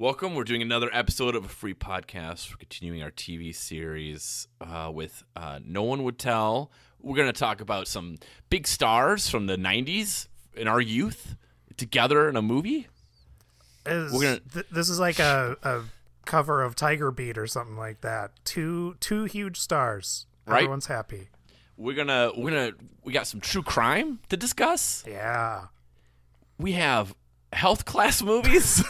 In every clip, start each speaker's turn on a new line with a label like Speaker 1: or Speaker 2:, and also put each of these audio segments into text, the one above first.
Speaker 1: Welcome. We're doing another episode of a free podcast. We're continuing our TV series uh, with uh, No One Would Tell. We're going to talk about some big stars from the 90s in our youth together in a movie.
Speaker 2: Is,
Speaker 1: We're gonna-
Speaker 2: th- this is like a, a cover of Tiger Beat or something like that. Two two huge stars.
Speaker 1: Right.
Speaker 2: Everyone's happy.
Speaker 1: We're going to, we're going to, we got some true crime to discuss.
Speaker 2: Yeah.
Speaker 1: we have health class movies,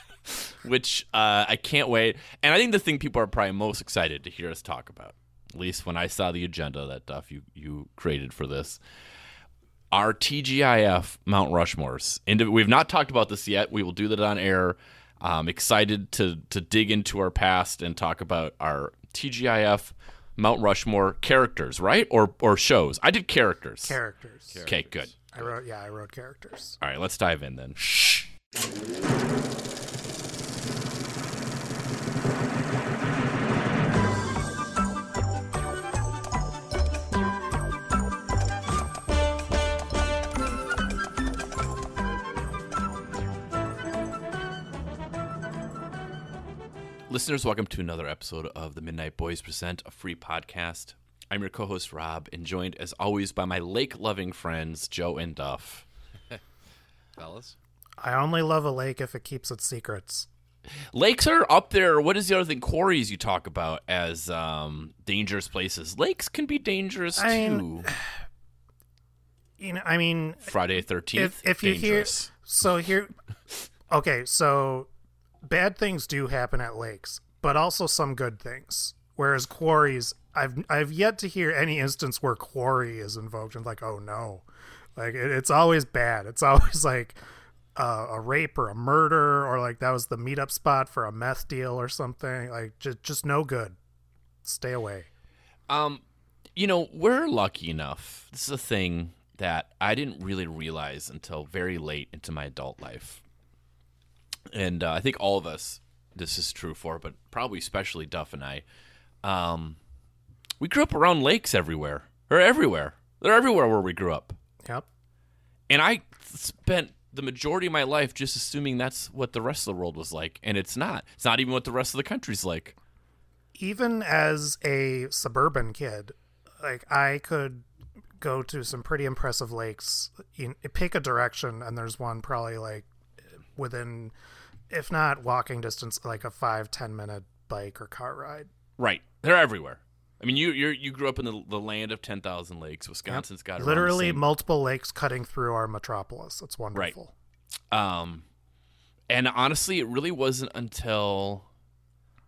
Speaker 1: which uh, I can't wait. And I think the thing people are probably most excited to hear us talk about, at least when I saw the agenda that Duff you you created for this, are TGIF Mount Rushmores. And we've not talked about this yet. We will do that on air. Um, excited to to dig into our past and talk about our TGIF Mount Rushmore characters, right? Or or shows. I did characters.
Speaker 2: Characters.
Speaker 1: Okay, good.
Speaker 2: I wrote yeah, I wrote characters.
Speaker 1: All right, let's dive in then. Listeners, welcome to another episode of the Midnight Boys Present, a free podcast. I'm your co host, Rob, and joined as always by my lake loving friends, Joe and Duff.
Speaker 3: fellas.
Speaker 2: I only love a lake if it keeps its secrets.
Speaker 1: Lakes are up there. What is the other thing? Quarries you talk about as um, dangerous places. Lakes can be dangerous
Speaker 2: I
Speaker 1: too.
Speaker 2: mean- You know, I mean,
Speaker 1: Friday Thirteenth.
Speaker 2: if if you hear so here okay so bad things do happen at lakes but also some good things whereas quarries i've i've yet to hear any instance where quarry is invoked and like oh no like it, it's always bad it's always like uh, a rape or a murder or like that was the meetup spot for a meth deal or something like just just no good stay away
Speaker 1: um, you know, we're lucky enough. This is a thing that I didn't really realize until very late into my adult life, and uh, I think all of us. This is true for, but probably especially Duff and I. Um, we grew up around lakes everywhere. They're everywhere. They're everywhere where we grew up.
Speaker 2: yep
Speaker 1: And I spent the majority of my life just assuming that's what the rest of the world was like, and it's not. It's not even what the rest of the country's like.
Speaker 2: even as a suburban kid, like I could go to some pretty impressive lakes, you know, pick a direction, and there's one probably like within, if not walking distance, like a five ten minute bike or car ride.
Speaker 1: Right. They're everywhere. I mean, you you you grew up in the, the land of ten thousand lakes. Wisconsin's got around the
Speaker 2: Literally
Speaker 1: same-
Speaker 2: multiple lakes cutting through our metropolis. It's wonderful.
Speaker 1: Um, and honestly, it really wasn't until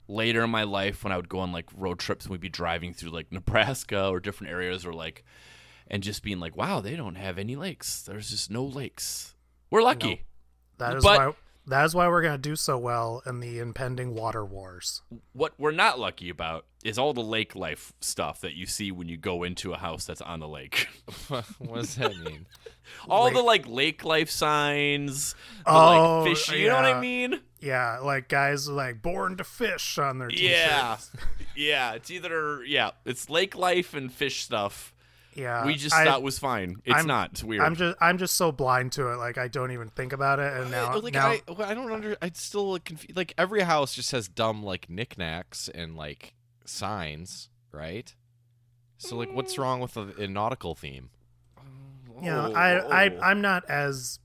Speaker 1: later in my life when I would go on like road trips and we'd be driving through like Nebraska or different areas or like, and just being like, wow, they don't have any lakes. There's just no lakes. We're lucky.
Speaker 2: That is
Speaker 1: But-
Speaker 2: why. That is why we're gonna do so well in the impending water wars.
Speaker 1: what we're not lucky about is all the lake life stuff that you see when you go into a house that's on the lake.
Speaker 3: what does that mean?
Speaker 1: all the like lake life signs, the
Speaker 2: Oh,
Speaker 1: like fish, you know what I
Speaker 2: yeah.
Speaker 1: mean?
Speaker 2: Yeah, like guys like born to fish on their t-shirts.
Speaker 1: Yeah. yeah, it's either yeah, it's lake life and fish stuff.
Speaker 2: yeah.
Speaker 1: we just
Speaker 2: Uh, I-
Speaker 1: thought was fine. It's
Speaker 2: I'm-
Speaker 1: not. It's weird.
Speaker 2: I'm just I'm just so blind to it, like I don't even think about it. And now,
Speaker 3: like
Speaker 2: now
Speaker 3: I, well, I don't under. I still like, confused. Like every house just has dumb like knickknacks and like signs, right? So like, what's wrong with a, a nautical theme?
Speaker 2: you know,
Speaker 1: Oh.
Speaker 2: I, I I'm not as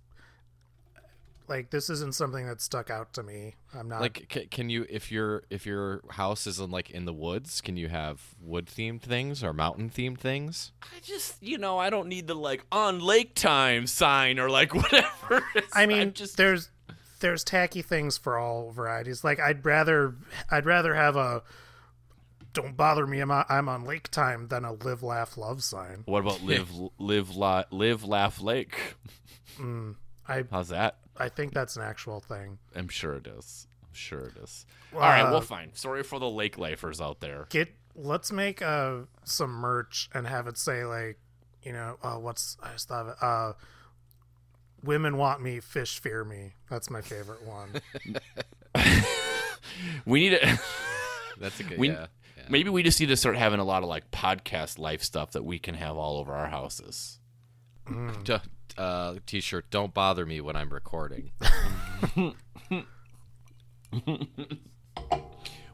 Speaker 2: like this isn't something that stuck out to me. I'm not
Speaker 3: Like, c- can you if your if your house is in like in the woods, can you have wood themed things or mountain themed things?
Speaker 1: I just you know, I don't need the like on lake time sign or like whatever. It's-
Speaker 2: I
Speaker 1: I'm
Speaker 2: mean,
Speaker 1: just
Speaker 2: there's there's tacky things for all varieties. Like I'd rather I'd rather have a don't bother me. I'm on, I'm on lake time than a live laugh love sign.
Speaker 1: what about live live la, live laugh lake?
Speaker 2: I
Speaker 1: How's that?
Speaker 2: I think that's an actual thing.
Speaker 1: I'm sure it is. I'm sure it is. All right, well, fine. Sorry for the lake lifers out there.
Speaker 2: get let's make uh some merch and have it say like you know uh what's i just thought of it, uh women want me fish fear me that's my favorite one
Speaker 1: We need to.
Speaker 3: That's a good.
Speaker 1: We-
Speaker 3: yeah. yeah.
Speaker 1: maybe we just need to start having a lot of like podcast life stuff that we can have all over our houses.
Speaker 3: D- uh, t-shirt. Don't bother me when I'm recording.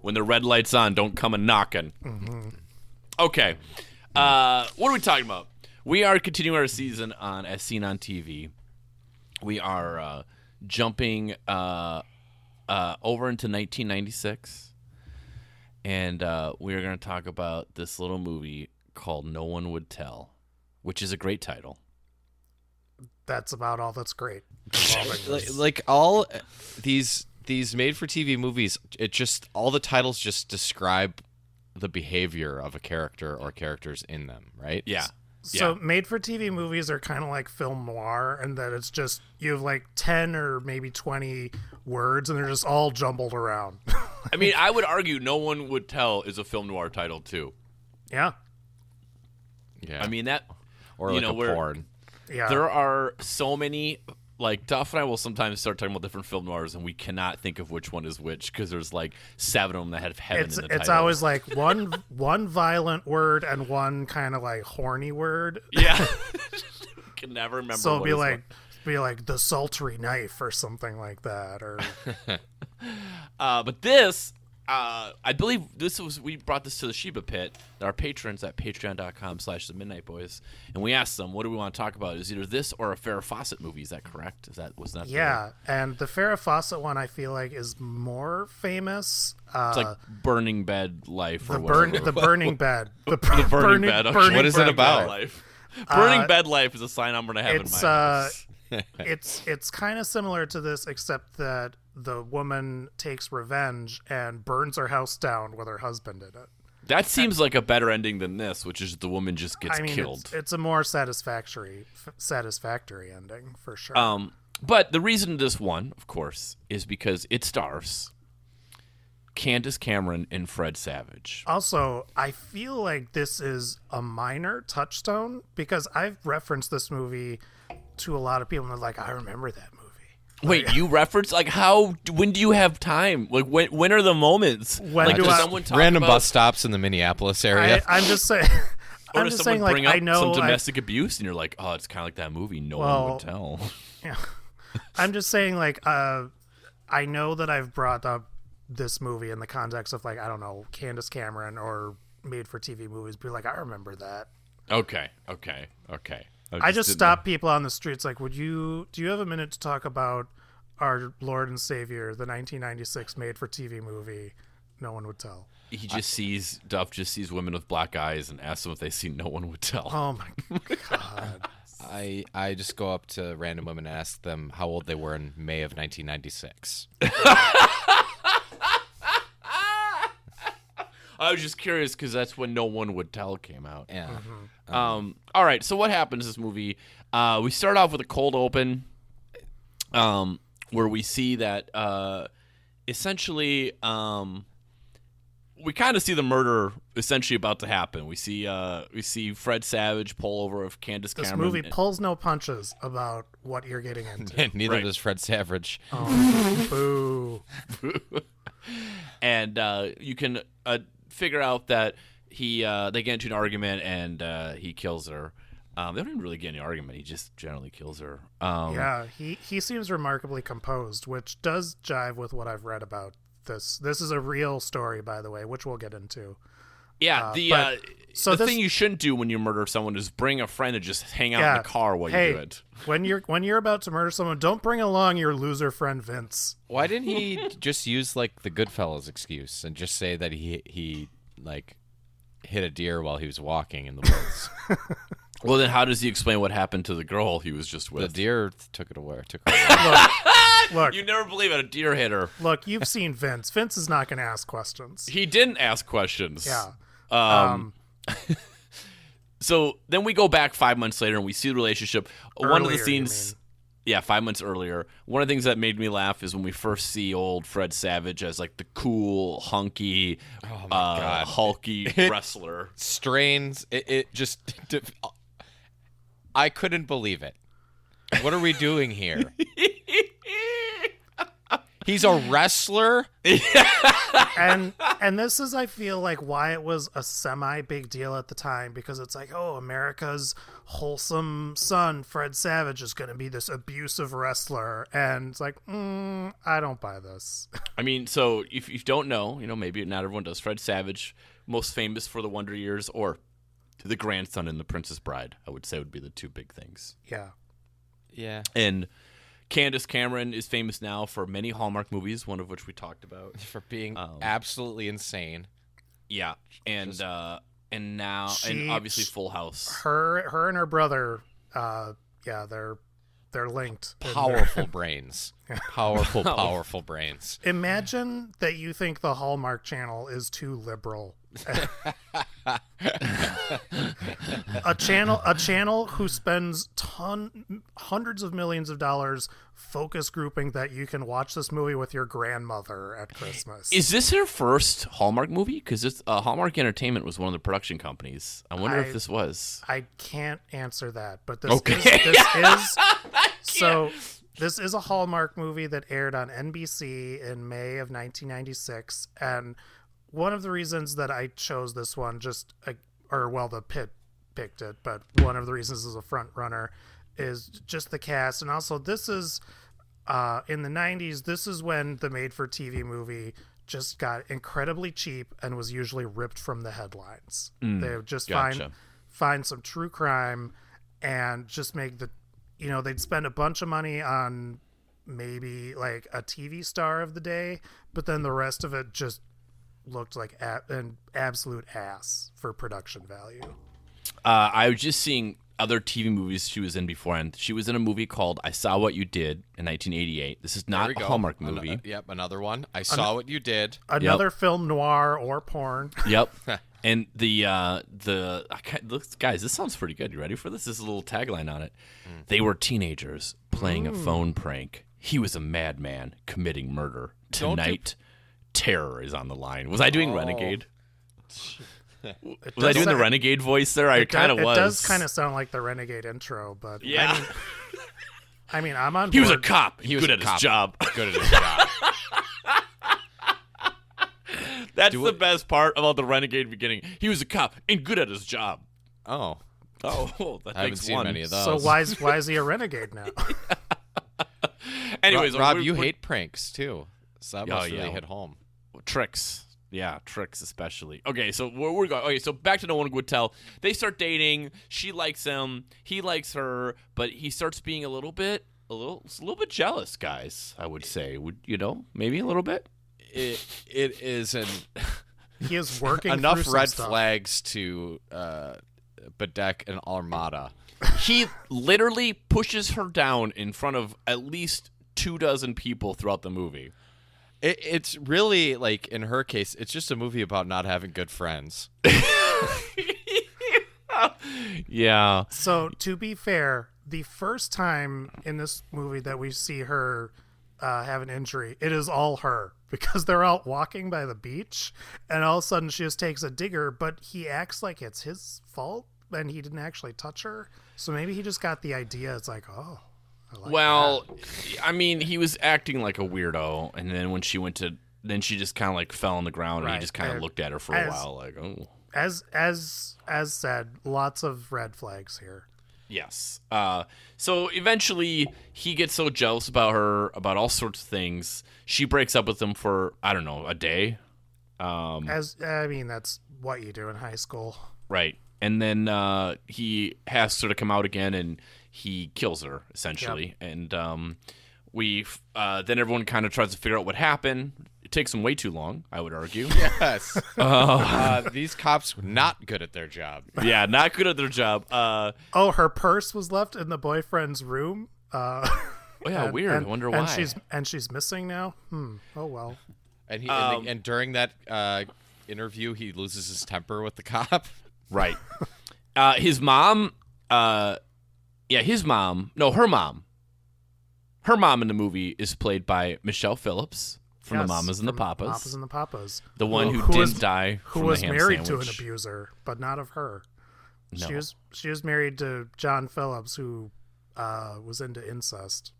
Speaker 1: when the red light's on, don't come a knocking.
Speaker 3: Mm-hmm.
Speaker 1: Okay. Uh, what are we talking about? We are continuing our season on As Seen on TV. We are uh, jumping uh, uh, over into 1996. And uh, we are going to talk about this little movie called No One Would Tell, which is a great title.
Speaker 2: That's about all that's great.
Speaker 3: like, like all these these made for TV movies, it just all the titles just describe the behavior of a character or characters in them, right?
Speaker 1: Yeah.
Speaker 2: So
Speaker 1: Yeah.
Speaker 2: made for TV movies are kind of like film noir and that it's just you have like 10 or maybe 20 words and they're just all jumbled around.
Speaker 1: I mean, I would argue No One Would Tell is a film noir title, too.
Speaker 2: yeah.
Speaker 3: Yeah.
Speaker 1: I mean, that.
Speaker 3: or
Speaker 1: you
Speaker 3: like
Speaker 1: know,
Speaker 3: a
Speaker 1: we're-
Speaker 3: porn.
Speaker 2: Yeah.
Speaker 1: There are so many. Like Duff and I will sometimes start talking about different film noirs, and we cannot think of which one is which because there's like seven of them that have heaven
Speaker 2: it's
Speaker 1: in the
Speaker 2: it's
Speaker 1: title.
Speaker 2: always like one one violent word and one kind of like horny word.
Speaker 1: yeah. Can never remember.
Speaker 2: So it'll
Speaker 1: what
Speaker 2: be
Speaker 1: is what.
Speaker 2: like be like the sultry knife or something like that or
Speaker 1: Uh, but this, uh, I believe this was we brought this to the Sheba Pit, our patrons at patreon.com slash the Midnight Boys, and we asked them, what do we want to talk about? It was either this or a Farrah Fawcett movie. Is that correct? Is that was that the-
Speaker 2: yeah, and the Farrah Fawcett one I feel like is more famous. Uh,
Speaker 1: it's like burning bed life or
Speaker 2: the
Speaker 1: whatever.
Speaker 2: burn the burning bed. The, pr-
Speaker 1: The burning, bed. Okay.
Speaker 2: burning
Speaker 3: What is it
Speaker 2: bed
Speaker 3: about?
Speaker 1: Life. Uh, Burning bed life is a sign I'm gonna have in my
Speaker 2: Uh, it's, uh,
Speaker 1: house.
Speaker 2: it's it's kind of similar to this except that the woman takes revenge and burns her house down with her husband in it.
Speaker 1: That seems like a better ending than this, which is the woman just gets
Speaker 2: I mean,
Speaker 1: killed.
Speaker 2: it's, it's a more satisfactory f- satisfactory ending for sure.
Speaker 1: Um, but the reason this one, of course, is because it stars Candace Cameron and Fred Savage.
Speaker 2: also, I feel like this is a minor touchstone because I've referenced this movie to a lot of people and they're like, I remember that movie. Oh,
Speaker 1: Wait, you reference like how? When do you have time? Like when? When are the moments?
Speaker 2: When
Speaker 1: like,
Speaker 2: do
Speaker 1: does
Speaker 2: I-
Speaker 1: someone talk
Speaker 3: Random
Speaker 1: about,
Speaker 3: bus stops in the Minneapolis area.
Speaker 2: I, I'm just saying.
Speaker 1: Or
Speaker 2: I'm
Speaker 1: does
Speaker 2: just
Speaker 1: someone
Speaker 2: saying, like
Speaker 1: bring up
Speaker 2: I know
Speaker 1: some
Speaker 2: I've-
Speaker 1: domestic abuse, and you're like, oh, it's kind of like that movie. No one
Speaker 2: Well,
Speaker 1: would tell.
Speaker 2: Yeah. I'm just saying, like, uh, I know that I've brought up this movie in the context of, like, I don't know, Candace Cameron or made for TV movies, be like, I remember that.
Speaker 1: Okay, okay, okay.
Speaker 2: I just
Speaker 1: didn't-
Speaker 2: stop people on the streets, like, would you, do you have a minute to talk about our Lord and Savior, the 1996 made for TV movie? No one would tell.
Speaker 1: He just sees Duff. Just sees women with black eyes, and asks them if they see. No one would tell.
Speaker 2: Oh my God.
Speaker 3: I I just go up to random women and ask them how old they were in May of 1996.
Speaker 1: I was just curious because that's when No One Would Tell came out.
Speaker 3: Yeah.
Speaker 2: Uh-huh.
Speaker 1: Um, all right, so what happens in this movie? Uh, we start off with a cold open, um, where we see that uh, essentially um, we kind of see the murder essentially about to happen. We see uh, we see Fred Savage pull over of Candace
Speaker 2: This
Speaker 1: Cameron.
Speaker 2: movie pulls no punches about what you're getting into.
Speaker 3: And neither
Speaker 1: Mm-hmm. Right.
Speaker 3: does Fred Savage.
Speaker 2: Boo.
Speaker 1: and uh, you can uh, figure out that he uh, they get into an argument and uh, he kills her. Um, they don't even really get in an argument. He just generally kills her. Um,
Speaker 2: Yeah, he he seems remarkably composed, which does jive with what I've read about this. This is a real story, by the way, which we'll get into.
Speaker 1: Yeah, the
Speaker 2: but-
Speaker 1: uh,
Speaker 2: so
Speaker 1: the
Speaker 2: this-
Speaker 1: thing you shouldn't do when you murder someone is bring a friend and just hang out
Speaker 2: yeah,
Speaker 1: in the car while
Speaker 2: hey,
Speaker 1: you do it.
Speaker 2: when you're when you're about to murder someone, don't bring along your loser friend Vince.
Speaker 3: Why didn't he just use like the Goodfellas excuse and just say that he he like hit a deer while he was walking in the woods?
Speaker 1: Well, then how does he explain what happened to the girl he was just
Speaker 3: the
Speaker 1: with?
Speaker 3: deer took it away. Took it away.
Speaker 2: Look,
Speaker 1: you never believe it. A deer hit her.
Speaker 2: look, you've seen Vince. Vince is not going to ask questions.
Speaker 1: He didn't ask questions.
Speaker 2: Yeah.
Speaker 1: Um, so then we go back five months later and we see the relationship. One of
Speaker 2: Earlier,
Speaker 1: the
Speaker 2: you
Speaker 1: scenes. Yeah, five months earlier. One of the things that made me laugh is when we first see old Fred Savage as like the cool, hunky,
Speaker 3: Oh my
Speaker 1: uh,
Speaker 3: God.
Speaker 1: hulky wrestler.
Speaker 3: Strains. It, it just. uh, I couldn't believe it. What are we doing here? He's a wrestler.
Speaker 2: and and this is I feel like why it was a semi big deal at the time because it's like oh America's wholesome son Fred Savage is going to be this abusive wrestler and it's like mm, I don't buy this.
Speaker 1: I mean, so if you don't know, you know, maybe not everyone does. Fred Savage, most famous for the Wonder Years or the grandson in The Princess Bride, I would say would be the two big things.
Speaker 2: yeah.
Speaker 3: Yeah.
Speaker 1: And Candace Cameron is famous now for many Hallmark movies, one of which we talked about.
Speaker 3: For being
Speaker 1: Um,
Speaker 3: absolutely insane.
Speaker 1: Yeah, and uh, and now
Speaker 2: She-
Speaker 1: and obviously Full House.
Speaker 2: Her her and her brother uh yeah, they're they're linked. in their-
Speaker 3: Powerful brains. Powerful, powerful brains.
Speaker 2: Imagine that you think the Hallmark Channel is too liberal. a channel a channel who spends ton hundreds of millions of dollars focus grouping that you can watch this movie with your grandmother at Christmas.
Speaker 1: Is this her first Hallmark movie? Because uh, Hallmark Entertainment was one of the production companies. I wonder
Speaker 2: I-
Speaker 1: if this was.
Speaker 2: I can't answer that, but this
Speaker 1: Okay.
Speaker 2: is this is so this is a Hallmark movie that aired on NBC in May of 1996 and one of the reasons that I chose this one just uh, or well the pit picked it, but one of the reasons is a front runner is just the cast and also this is uh, in the 90s this is when the made for TV movie just got incredibly cheap and was usually ripped from the headlines. they would just find
Speaker 1: gotcha.
Speaker 2: find some true crime and just make the you know they'd spend a bunch of money on maybe like a TV star of the day, but then the rest of it just looked like a- an absolute ass for production value.
Speaker 1: Uh, I was just seeing other TV movies she was in before, and she was in a movie called "I Saw What You Did" in 1988. This is
Speaker 3: There
Speaker 1: not
Speaker 3: we
Speaker 1: a
Speaker 3: go.
Speaker 1: Hallmark
Speaker 3: Ano-
Speaker 1: movie.
Speaker 3: yep, another one. I saw what you did.
Speaker 2: Another film noir or porn.
Speaker 1: Yep. and the uh, the I ca- look, guys, this sounds pretty good. You ready for this? This is a little tagline on it.
Speaker 3: Mm.
Speaker 1: They were teenagers playing a phone prank. He was a madman committing murder.
Speaker 3: Don't do- Oh.
Speaker 1: Tonight, terror is on the line. Was I doing Renegade?
Speaker 2: It
Speaker 1: Was I
Speaker 2: does
Speaker 1: doing the
Speaker 2: sa-
Speaker 1: Renegade voice there? I
Speaker 2: it do-
Speaker 1: kind of was.
Speaker 2: It does kind of sound like the Renegade intro, but
Speaker 1: Yeah.
Speaker 2: I mean, I'm on.
Speaker 1: he was a
Speaker 2: board.
Speaker 1: cop.
Speaker 3: He was
Speaker 1: good
Speaker 3: a
Speaker 1: at
Speaker 3: cop.
Speaker 1: his job.
Speaker 3: Good at his job.
Speaker 1: That's the best part about the Renegade beginning. He was a cop and good at his job.
Speaker 3: Oh,
Speaker 1: Oh, that
Speaker 3: I haven't
Speaker 1: takes
Speaker 3: seen
Speaker 1: one.
Speaker 3: many of those.
Speaker 2: So why is why is he a renegade now?
Speaker 1: Anyways,
Speaker 3: Rob,
Speaker 1: we're-
Speaker 3: you
Speaker 1: we're-
Speaker 3: hate pranks too. So that
Speaker 1: Oh,
Speaker 3: must
Speaker 1: yeah.
Speaker 3: really hit home.
Speaker 1: tricks. Yeah, tricks especially. Okay, so we're, we're going. Okay, so back to No One Would Tell. They start dating. She likes him. He likes her, but he starts being a little bit, a little, a little bit jealous. Guys, I would say, would you know, maybe a little bit.
Speaker 3: It it is an
Speaker 2: He is working through
Speaker 3: enough
Speaker 2: some
Speaker 3: red
Speaker 2: stuff.
Speaker 3: flags to uh, bedeck an armada.
Speaker 1: He literally pushes her down in front of at least two dozen people throughout the movie.
Speaker 3: It, it's really like in her case, it's just a movie about not having good friends.
Speaker 1: Yeah.
Speaker 2: So to be fair, the first time in this movie that we see her uh, have an injury, it is all her because they're out walking by the beach, and all of a sudden she just takes a digger, but he acts like it's his fault and he didn't actually touch her. So maybe he just got the idea. It's like, oh, I like
Speaker 1: Well, I mean, he was acting like a weirdo, and then when she went to, then she just kind of like fell on the ground, and
Speaker 2: Right.
Speaker 1: he just kind
Speaker 2: And
Speaker 1: of looked at her for a
Speaker 2: as-
Speaker 1: while, like, oh,
Speaker 2: that. as as as said, lots of red flags here.
Speaker 1: yes. Uh, so eventually, he gets so jealous about her, about all sorts of things. She breaks up with him for I don't know a day, um,
Speaker 2: As I mean, that's what you do in high school.
Speaker 1: right? And then uh, he has her to come out again, and he kills her essentially. And um, we f- uh, then everyone kind of tries to figure out what happened. It takes him way too long, I would argue.
Speaker 3: Yes, uh, these cops were not good at their job.
Speaker 1: yeah, not good at their job. Uh,
Speaker 2: Oh, her purse was left in the boyfriend's room. Uh,
Speaker 1: oh yeah,
Speaker 2: And-
Speaker 1: weird.
Speaker 2: And,
Speaker 1: I wonder
Speaker 2: and
Speaker 1: why.
Speaker 2: she's and she's missing now. Hmm. Oh well.
Speaker 3: And he and, the- and during that uh, interview, he loses his temper with the cop.
Speaker 1: right. Uh, his mom. Uh, yeah, his mom. No, her mom. Her mom in the movie is played by Michelle Phillips from
Speaker 2: Yes,
Speaker 1: The Mamas and the
Speaker 2: from
Speaker 1: Papas,
Speaker 2: Mamas and the Papas.
Speaker 1: the one
Speaker 2: Who-
Speaker 1: who,
Speaker 2: who
Speaker 1: didn't
Speaker 2: was-
Speaker 1: die.
Speaker 2: Who
Speaker 1: from
Speaker 2: was
Speaker 1: the ham
Speaker 2: married to an
Speaker 1: sandwich.
Speaker 2: abuser, but not of her. She
Speaker 1: No.
Speaker 2: was she was married to John Phillips, who uh, was into incest.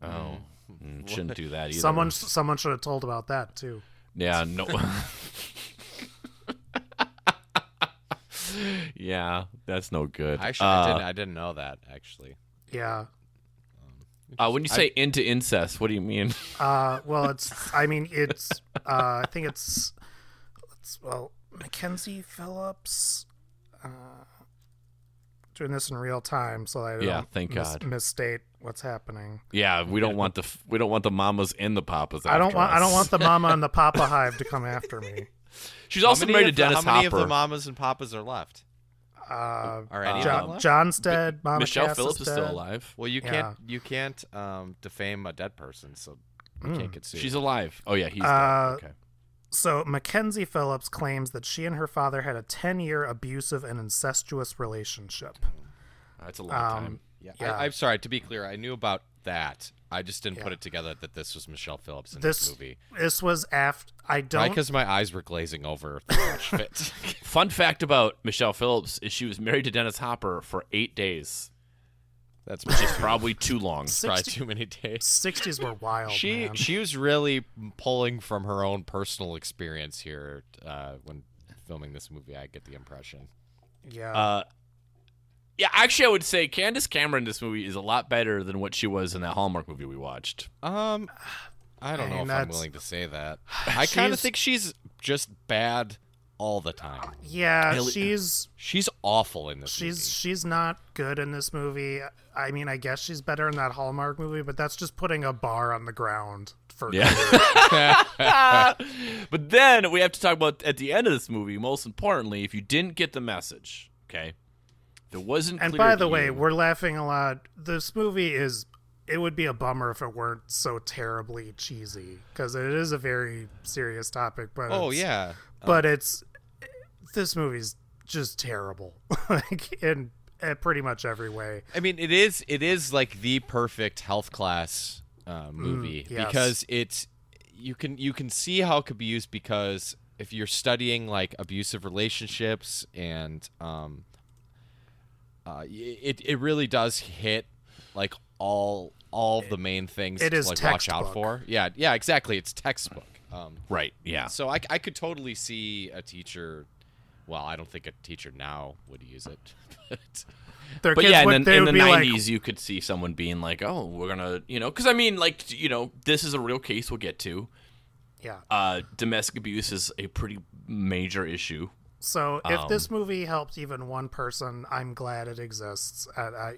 Speaker 1: Oh, Mm, Shouldn't do that either.
Speaker 2: Someone someone should have told about that too.
Speaker 1: Yeah, no. yeah, that's no good.
Speaker 3: Actually, I
Speaker 1: uh,
Speaker 3: didn't. I didn't know that. Actually,
Speaker 2: Yeah.
Speaker 1: uh, when you say into incest, what do you mean?
Speaker 2: Uh, well, it's. I mean, it's. Uh, I think it's. It's well, Mackenzie Phillips. Uh, doing this in real time, so I don't
Speaker 1: Yeah, thank
Speaker 2: mis-
Speaker 1: God.
Speaker 2: misstate what's happening.
Speaker 1: Yeah, we don't want the f- we don't want the mamas and the papas.
Speaker 2: I don't
Speaker 1: after
Speaker 2: want. I
Speaker 1: us.
Speaker 2: don't want the mama and the papa hive to come after me.
Speaker 1: She's also married to Dennis
Speaker 3: how many of
Speaker 1: Hopper.
Speaker 3: the mamas and papas are left?
Speaker 2: Uh,
Speaker 3: Are any of them
Speaker 2: John,
Speaker 3: left?
Speaker 2: John's dead. Mama
Speaker 1: Michelle
Speaker 2: Cass
Speaker 1: Phillips is
Speaker 2: dead.
Speaker 1: still alive.
Speaker 3: Well, you
Speaker 2: Yeah.
Speaker 3: can't. You can't um, defame a dead person, so you
Speaker 2: Mm.
Speaker 3: can't get sued.
Speaker 1: She's alive. Oh yeah, he's
Speaker 2: Uh,
Speaker 1: dead. okay.
Speaker 2: So Mackenzie Phillips claims that she and her father had a ten-year abusive and incestuous relationship.
Speaker 1: That's a long
Speaker 2: um,
Speaker 1: time.
Speaker 3: yeah.
Speaker 2: yeah.
Speaker 3: I, I'm sorry. To be clear, I knew about that. I just didn't put
Speaker 2: Yeah.
Speaker 3: it together that this was Michelle Phillips in this,
Speaker 2: This
Speaker 3: movie.
Speaker 2: this was after I
Speaker 3: Probably
Speaker 2: don't
Speaker 3: because my eyes were glazing over. with the watch fit.
Speaker 1: Fun fact about Michelle Phillips is she was married to Dennis Hopper for eight days,
Speaker 3: That's
Speaker 1: which is probably too long.
Speaker 3: probably
Speaker 2: 60
Speaker 3: too many days.
Speaker 2: 60s were wild.
Speaker 3: She
Speaker 2: Oh, man.
Speaker 3: she was really pulling from her own personal experience here uh, when filming this movie. I get the impression.
Speaker 2: yeah.
Speaker 1: Uh, yeah, actually, I would say Candace Cameron in this movie is a lot better than what she was in that Hallmark movie we watched.
Speaker 3: Um, I don't
Speaker 2: I mean,
Speaker 3: know if I'm
Speaker 2: that's-
Speaker 3: willing to say that. I kind of
Speaker 2: She's-
Speaker 3: think she's just bad all the time.
Speaker 2: yeah,
Speaker 1: Ellie-
Speaker 2: she's
Speaker 3: She's awful in this.
Speaker 2: she's she's not good in this movie. I mean, I guess she's better in that Hallmark movie, but that's just putting a bar on the ground for
Speaker 1: But then we have to talk about at the end of this movie. Most importantly, if you didn't get the message, okay, there wasn't.
Speaker 2: And
Speaker 1: clear
Speaker 2: by
Speaker 1: to
Speaker 2: the way,
Speaker 1: you-
Speaker 2: we're laughing a lot. This movie is it would be a bummer if it weren't so terribly cheesy because it is a very serious topic, but
Speaker 3: movie. Oh
Speaker 2: it's-
Speaker 3: yeah,
Speaker 2: but it's this movie's just terrible. like in, in pretty much every way.
Speaker 3: I mean, it is it is like the perfect health class uh, movie
Speaker 2: Mm, yes.
Speaker 3: because it's you can you can see how it could be used because if you're studying like abusive relationships and um, uh, y- it it really does hit like all all of the main things
Speaker 2: it
Speaker 3: to
Speaker 2: is
Speaker 3: like watch
Speaker 2: textbook.
Speaker 3: out for. Yeah, yeah, exactly. It's textbook. Um,
Speaker 1: right, yeah,
Speaker 3: so I, I could totally see a teacher. Well, I don't think a teacher now would use it, but.
Speaker 2: Their
Speaker 1: but
Speaker 2: kids
Speaker 1: yeah,
Speaker 2: would,
Speaker 1: and
Speaker 2: they
Speaker 1: then in
Speaker 2: would
Speaker 1: the
Speaker 2: be like,
Speaker 1: nineties, you could see someone being like, "Oh, we're gonna," you know, because I mean, like, you know, this is a real case we'll get to.
Speaker 2: yeah.
Speaker 1: Uh, domestic abuse is a pretty major issue.
Speaker 2: So if
Speaker 1: Um,
Speaker 2: this movie helps even one person, I'm glad it exists. And I,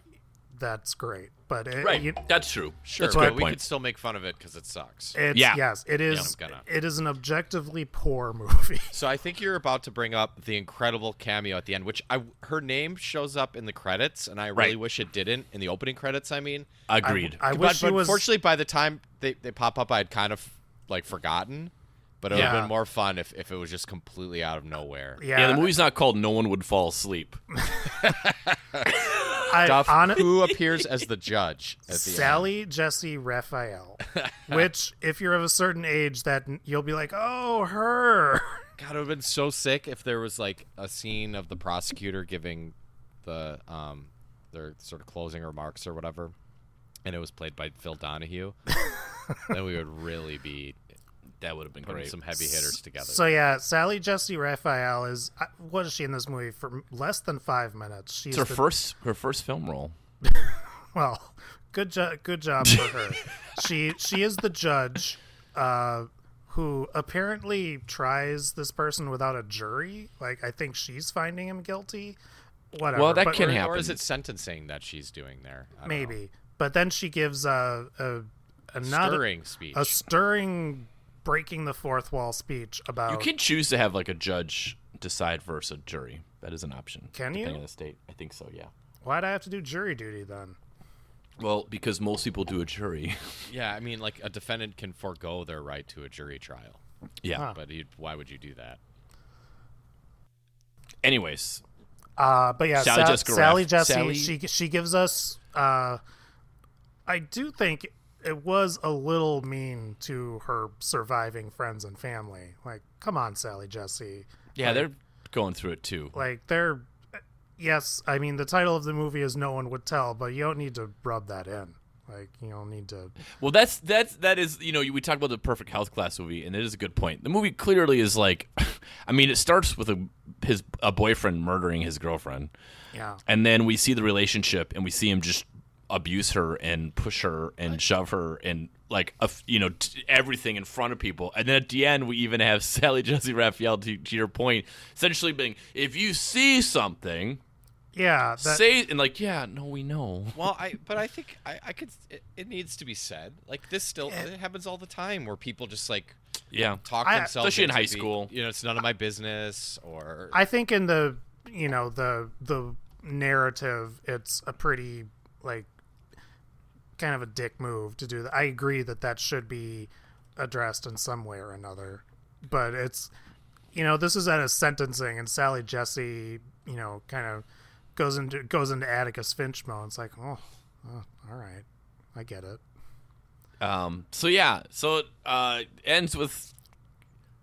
Speaker 2: that's great. But it,
Speaker 1: Right,
Speaker 2: you-
Speaker 1: that's true.
Speaker 3: Sure,
Speaker 1: that's a
Speaker 3: but
Speaker 1: good
Speaker 3: we
Speaker 1: point.
Speaker 3: could still make fun of it because it sucks.
Speaker 2: it's
Speaker 1: Yeah.
Speaker 2: yes, it is.
Speaker 3: I'm gonna-
Speaker 2: it is an objectively poor movie.
Speaker 3: So I think you're about to bring up the incredible cameo at the end, which I her name shows up in the credits, and I really
Speaker 1: Right.
Speaker 3: wish it didn't in the opening credits. I mean,
Speaker 1: Agreed.
Speaker 2: I
Speaker 3: but,
Speaker 2: wish she
Speaker 3: but
Speaker 2: was.
Speaker 3: fortunately, by the time they, they pop up, I had kind of like forgotten. But it would
Speaker 2: Yeah.
Speaker 3: have been more fun if, if it was just completely out of nowhere.
Speaker 2: yeah,
Speaker 1: yeah, the movie's not called "No One Would Fall Asleep."
Speaker 2: I,
Speaker 3: Duff,
Speaker 2: hon-
Speaker 3: who appears as the judge at the end.
Speaker 2: Sally Jesse Raphael, which if you're of a certain age, that you'll be like, oh, her.
Speaker 3: God, it would have been so sick if there was like a scene of the prosecutor giving the um their sort of closing remarks or whatever, and it was played by Phil Donahue. then we would really be
Speaker 1: That would have been
Speaker 3: putting
Speaker 1: great.
Speaker 3: some heavy hitters together.
Speaker 2: So yeah, Sally Jesse Raphael is uh, what is she in this movie for less than five minutes? She's
Speaker 1: it's her
Speaker 2: the-
Speaker 1: first her first film role.
Speaker 2: Well, good job, good job for her. she she is the judge, uh, who apparently tries this person without a jury. Like I think she's finding him guilty. Whatever.
Speaker 1: Well, that
Speaker 2: but-
Speaker 1: can
Speaker 3: or,
Speaker 1: happen.
Speaker 3: or is it sentencing that she's doing there? I don't know.
Speaker 2: Maybe, but then she gives a a, a not a,
Speaker 3: stirring speech.
Speaker 2: a stirring breaking the fourth wall speech about
Speaker 1: You can choose to have like a judge decide versus a jury. That is an option.
Speaker 2: Can
Speaker 1: depending
Speaker 2: you?
Speaker 1: on the state, I think so. Yeah.
Speaker 2: why'd I have to do jury duty then?
Speaker 1: Well, because most people do a jury.
Speaker 3: yeah, I mean, like a defendant can forego their right to a jury trial,
Speaker 1: yeah.
Speaker 3: but you'd, why would you do that?
Speaker 1: Anyways,
Speaker 2: Uh, but yeah,
Speaker 1: Sally
Speaker 2: Sa-
Speaker 1: Jessica
Speaker 2: Sally
Speaker 1: Raff-
Speaker 2: Jesse,
Speaker 1: Sally-
Speaker 2: she she gives us. Uh, I do think it was a little mean to her surviving friends and family. Like, come on, Sally Jesse.
Speaker 1: yeah, they're going through it too.
Speaker 2: Like, they're. Yes, I mean the title of the movie is "No One Would Tell," but you don't need to rub that in. Like you don't need to.
Speaker 1: Well, that's that's that is you know we talk about the perfect health class movie, and it is a good point. The movie clearly is like, I mean, it starts with a his a boyfriend murdering his girlfriend,
Speaker 2: Yeah.
Speaker 1: and then we see the relationship, and we see him just abuse her and push her and shove her and like a, you know t- everything in front of people and then at the end we even have sally jesse raphael to, to your point essentially being if you see something
Speaker 2: Yeah. That,
Speaker 1: say and like yeah no we know
Speaker 3: Well, I but I think I, I could. It, it needs to be said. Like this still it happens all the time where people just like
Speaker 1: yeah
Speaker 3: talk
Speaker 2: I-
Speaker 3: themselves.
Speaker 1: Especially in
Speaker 3: into
Speaker 1: high
Speaker 3: being-
Speaker 1: school. Uh,
Speaker 3: you know, it's none of my business. Or
Speaker 2: I think in the you know the the narrative, it's a pretty like kind of a dick move to do that. I agree that that should be addressed in some way or another, but it's you know this is at a sentencing, and Sally Jesse you know kind of goes into goes into Atticus Finch mode. It's like oh, oh all right, I get it.
Speaker 1: Um, so yeah, so it uh, ends with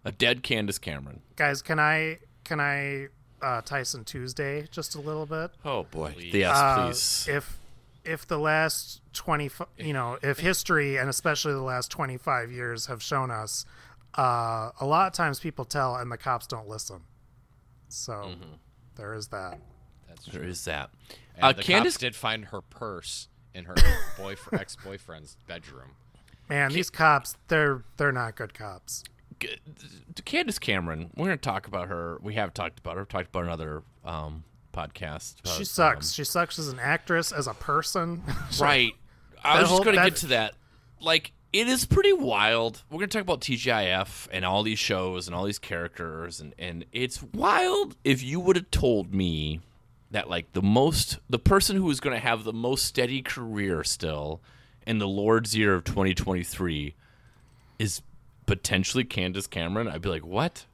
Speaker 1: a dead Candace Cameron.
Speaker 2: Guys, can I can I uh, Tyson Tuesday just a little bit?
Speaker 1: Oh boy,
Speaker 3: Please.
Speaker 1: yes,
Speaker 2: Uh,
Speaker 1: please.
Speaker 2: If if the last twenty, f- you know, if history and especially the last twenty five years have shown us, uh, a lot of times people tell and the cops don't listen. So
Speaker 1: Mm-hmm.
Speaker 2: there is that.
Speaker 3: that's
Speaker 1: there
Speaker 3: true.
Speaker 1: is that.
Speaker 3: And
Speaker 1: Uh,
Speaker 3: the cops
Speaker 1: Candace,
Speaker 3: did find her purse in her boyfriend ex boyfriend's bedroom.
Speaker 2: Man, these cops, they're they're not good cops.
Speaker 1: Candace Cameron. We're gonna talk about her. We have talked about her. We've talked about another um, podcast. about,
Speaker 2: She
Speaker 1: um,
Speaker 2: sucks. she sucks as an actress, as a person.
Speaker 1: right. I
Speaker 2: That
Speaker 1: was
Speaker 2: whole-
Speaker 1: just going to
Speaker 2: that-
Speaker 1: get to that. Like, it is pretty wild. We're going to talk about TGIF and all these shows and all these characters, and, and it's wild. If you would have told me that, like, the most, the person who is going to have the most steady career still in the Lord's year of 2023 is potentially Candace Cameron, I'd be like, what?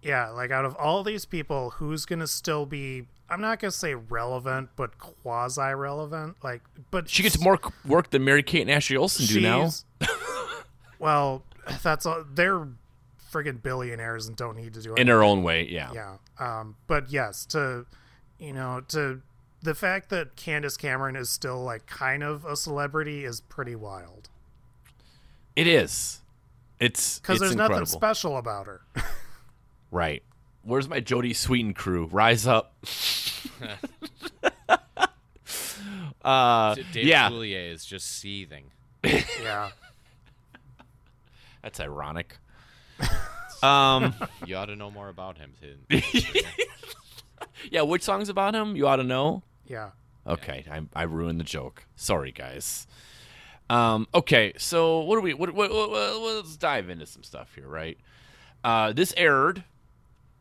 Speaker 2: Yeah, like out of all these people, who's gonna still be? I'm not gonna say relevant, but quasi relevant. Like, but
Speaker 1: She gets more c- work than Mary Kate and Ashley Olsen do now.
Speaker 2: well, that's all. They're friggin' billionaires and don't need to do
Speaker 1: In
Speaker 2: anything.
Speaker 1: her own way, yeah.
Speaker 2: Yeah. Um, but yes, to you know, to the fact that Candace Cameron is still like kind of a celebrity is pretty wild
Speaker 1: It is. It's
Speaker 2: because
Speaker 1: it's
Speaker 2: there's
Speaker 1: incredible.
Speaker 2: nothing special about her.
Speaker 1: Right. Where's my Jody Sweeten crew? Rise up. uh,
Speaker 3: D- Dave
Speaker 1: yeah,
Speaker 3: Coulier is just seething.
Speaker 2: yeah.
Speaker 1: that's ironic. um,
Speaker 3: You ought to know more about him. Tim.
Speaker 1: yeah, which song's about him? You ought to know.
Speaker 2: Yeah.
Speaker 1: Okay, I, I ruined the joke. Sorry, guys. Um, okay, so what are we? What, what, what, what- let's dive into some stuff here, right? Uh, this aired.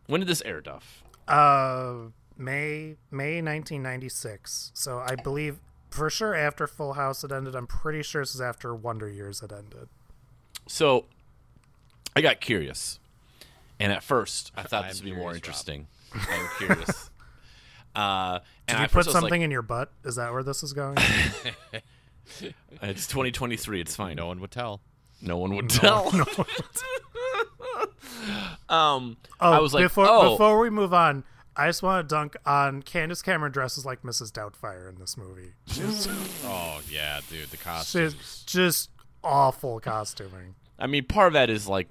Speaker 1: When did this air, Duff?
Speaker 2: Uh, May May 1996. So I believe for sure after Full House had ended. I'm pretty sure this is after Wonder Years had ended.
Speaker 1: So, I got curious, and at first I thought
Speaker 3: I'm
Speaker 1: this would be more
Speaker 3: curious, Rob.
Speaker 1: interesting. I'm curious. Uh, and
Speaker 2: Did
Speaker 1: I
Speaker 2: you
Speaker 1: at
Speaker 2: put
Speaker 1: first I was
Speaker 2: something in your butt? Is that where this is going?
Speaker 1: Like, it's 2023. It's fine.
Speaker 3: No
Speaker 1: No,
Speaker 3: one would tell.
Speaker 1: one would tell. um,
Speaker 2: Oh,
Speaker 1: I was like,
Speaker 2: before
Speaker 1: oh,
Speaker 2: before we move on, I just want to dunk on Candace Cameron dresses like Mrs. Doubtfire in this movie.
Speaker 3: Oh yeah, dude, the costumes.
Speaker 2: She's just awful costuming.
Speaker 1: I mean, part of that is like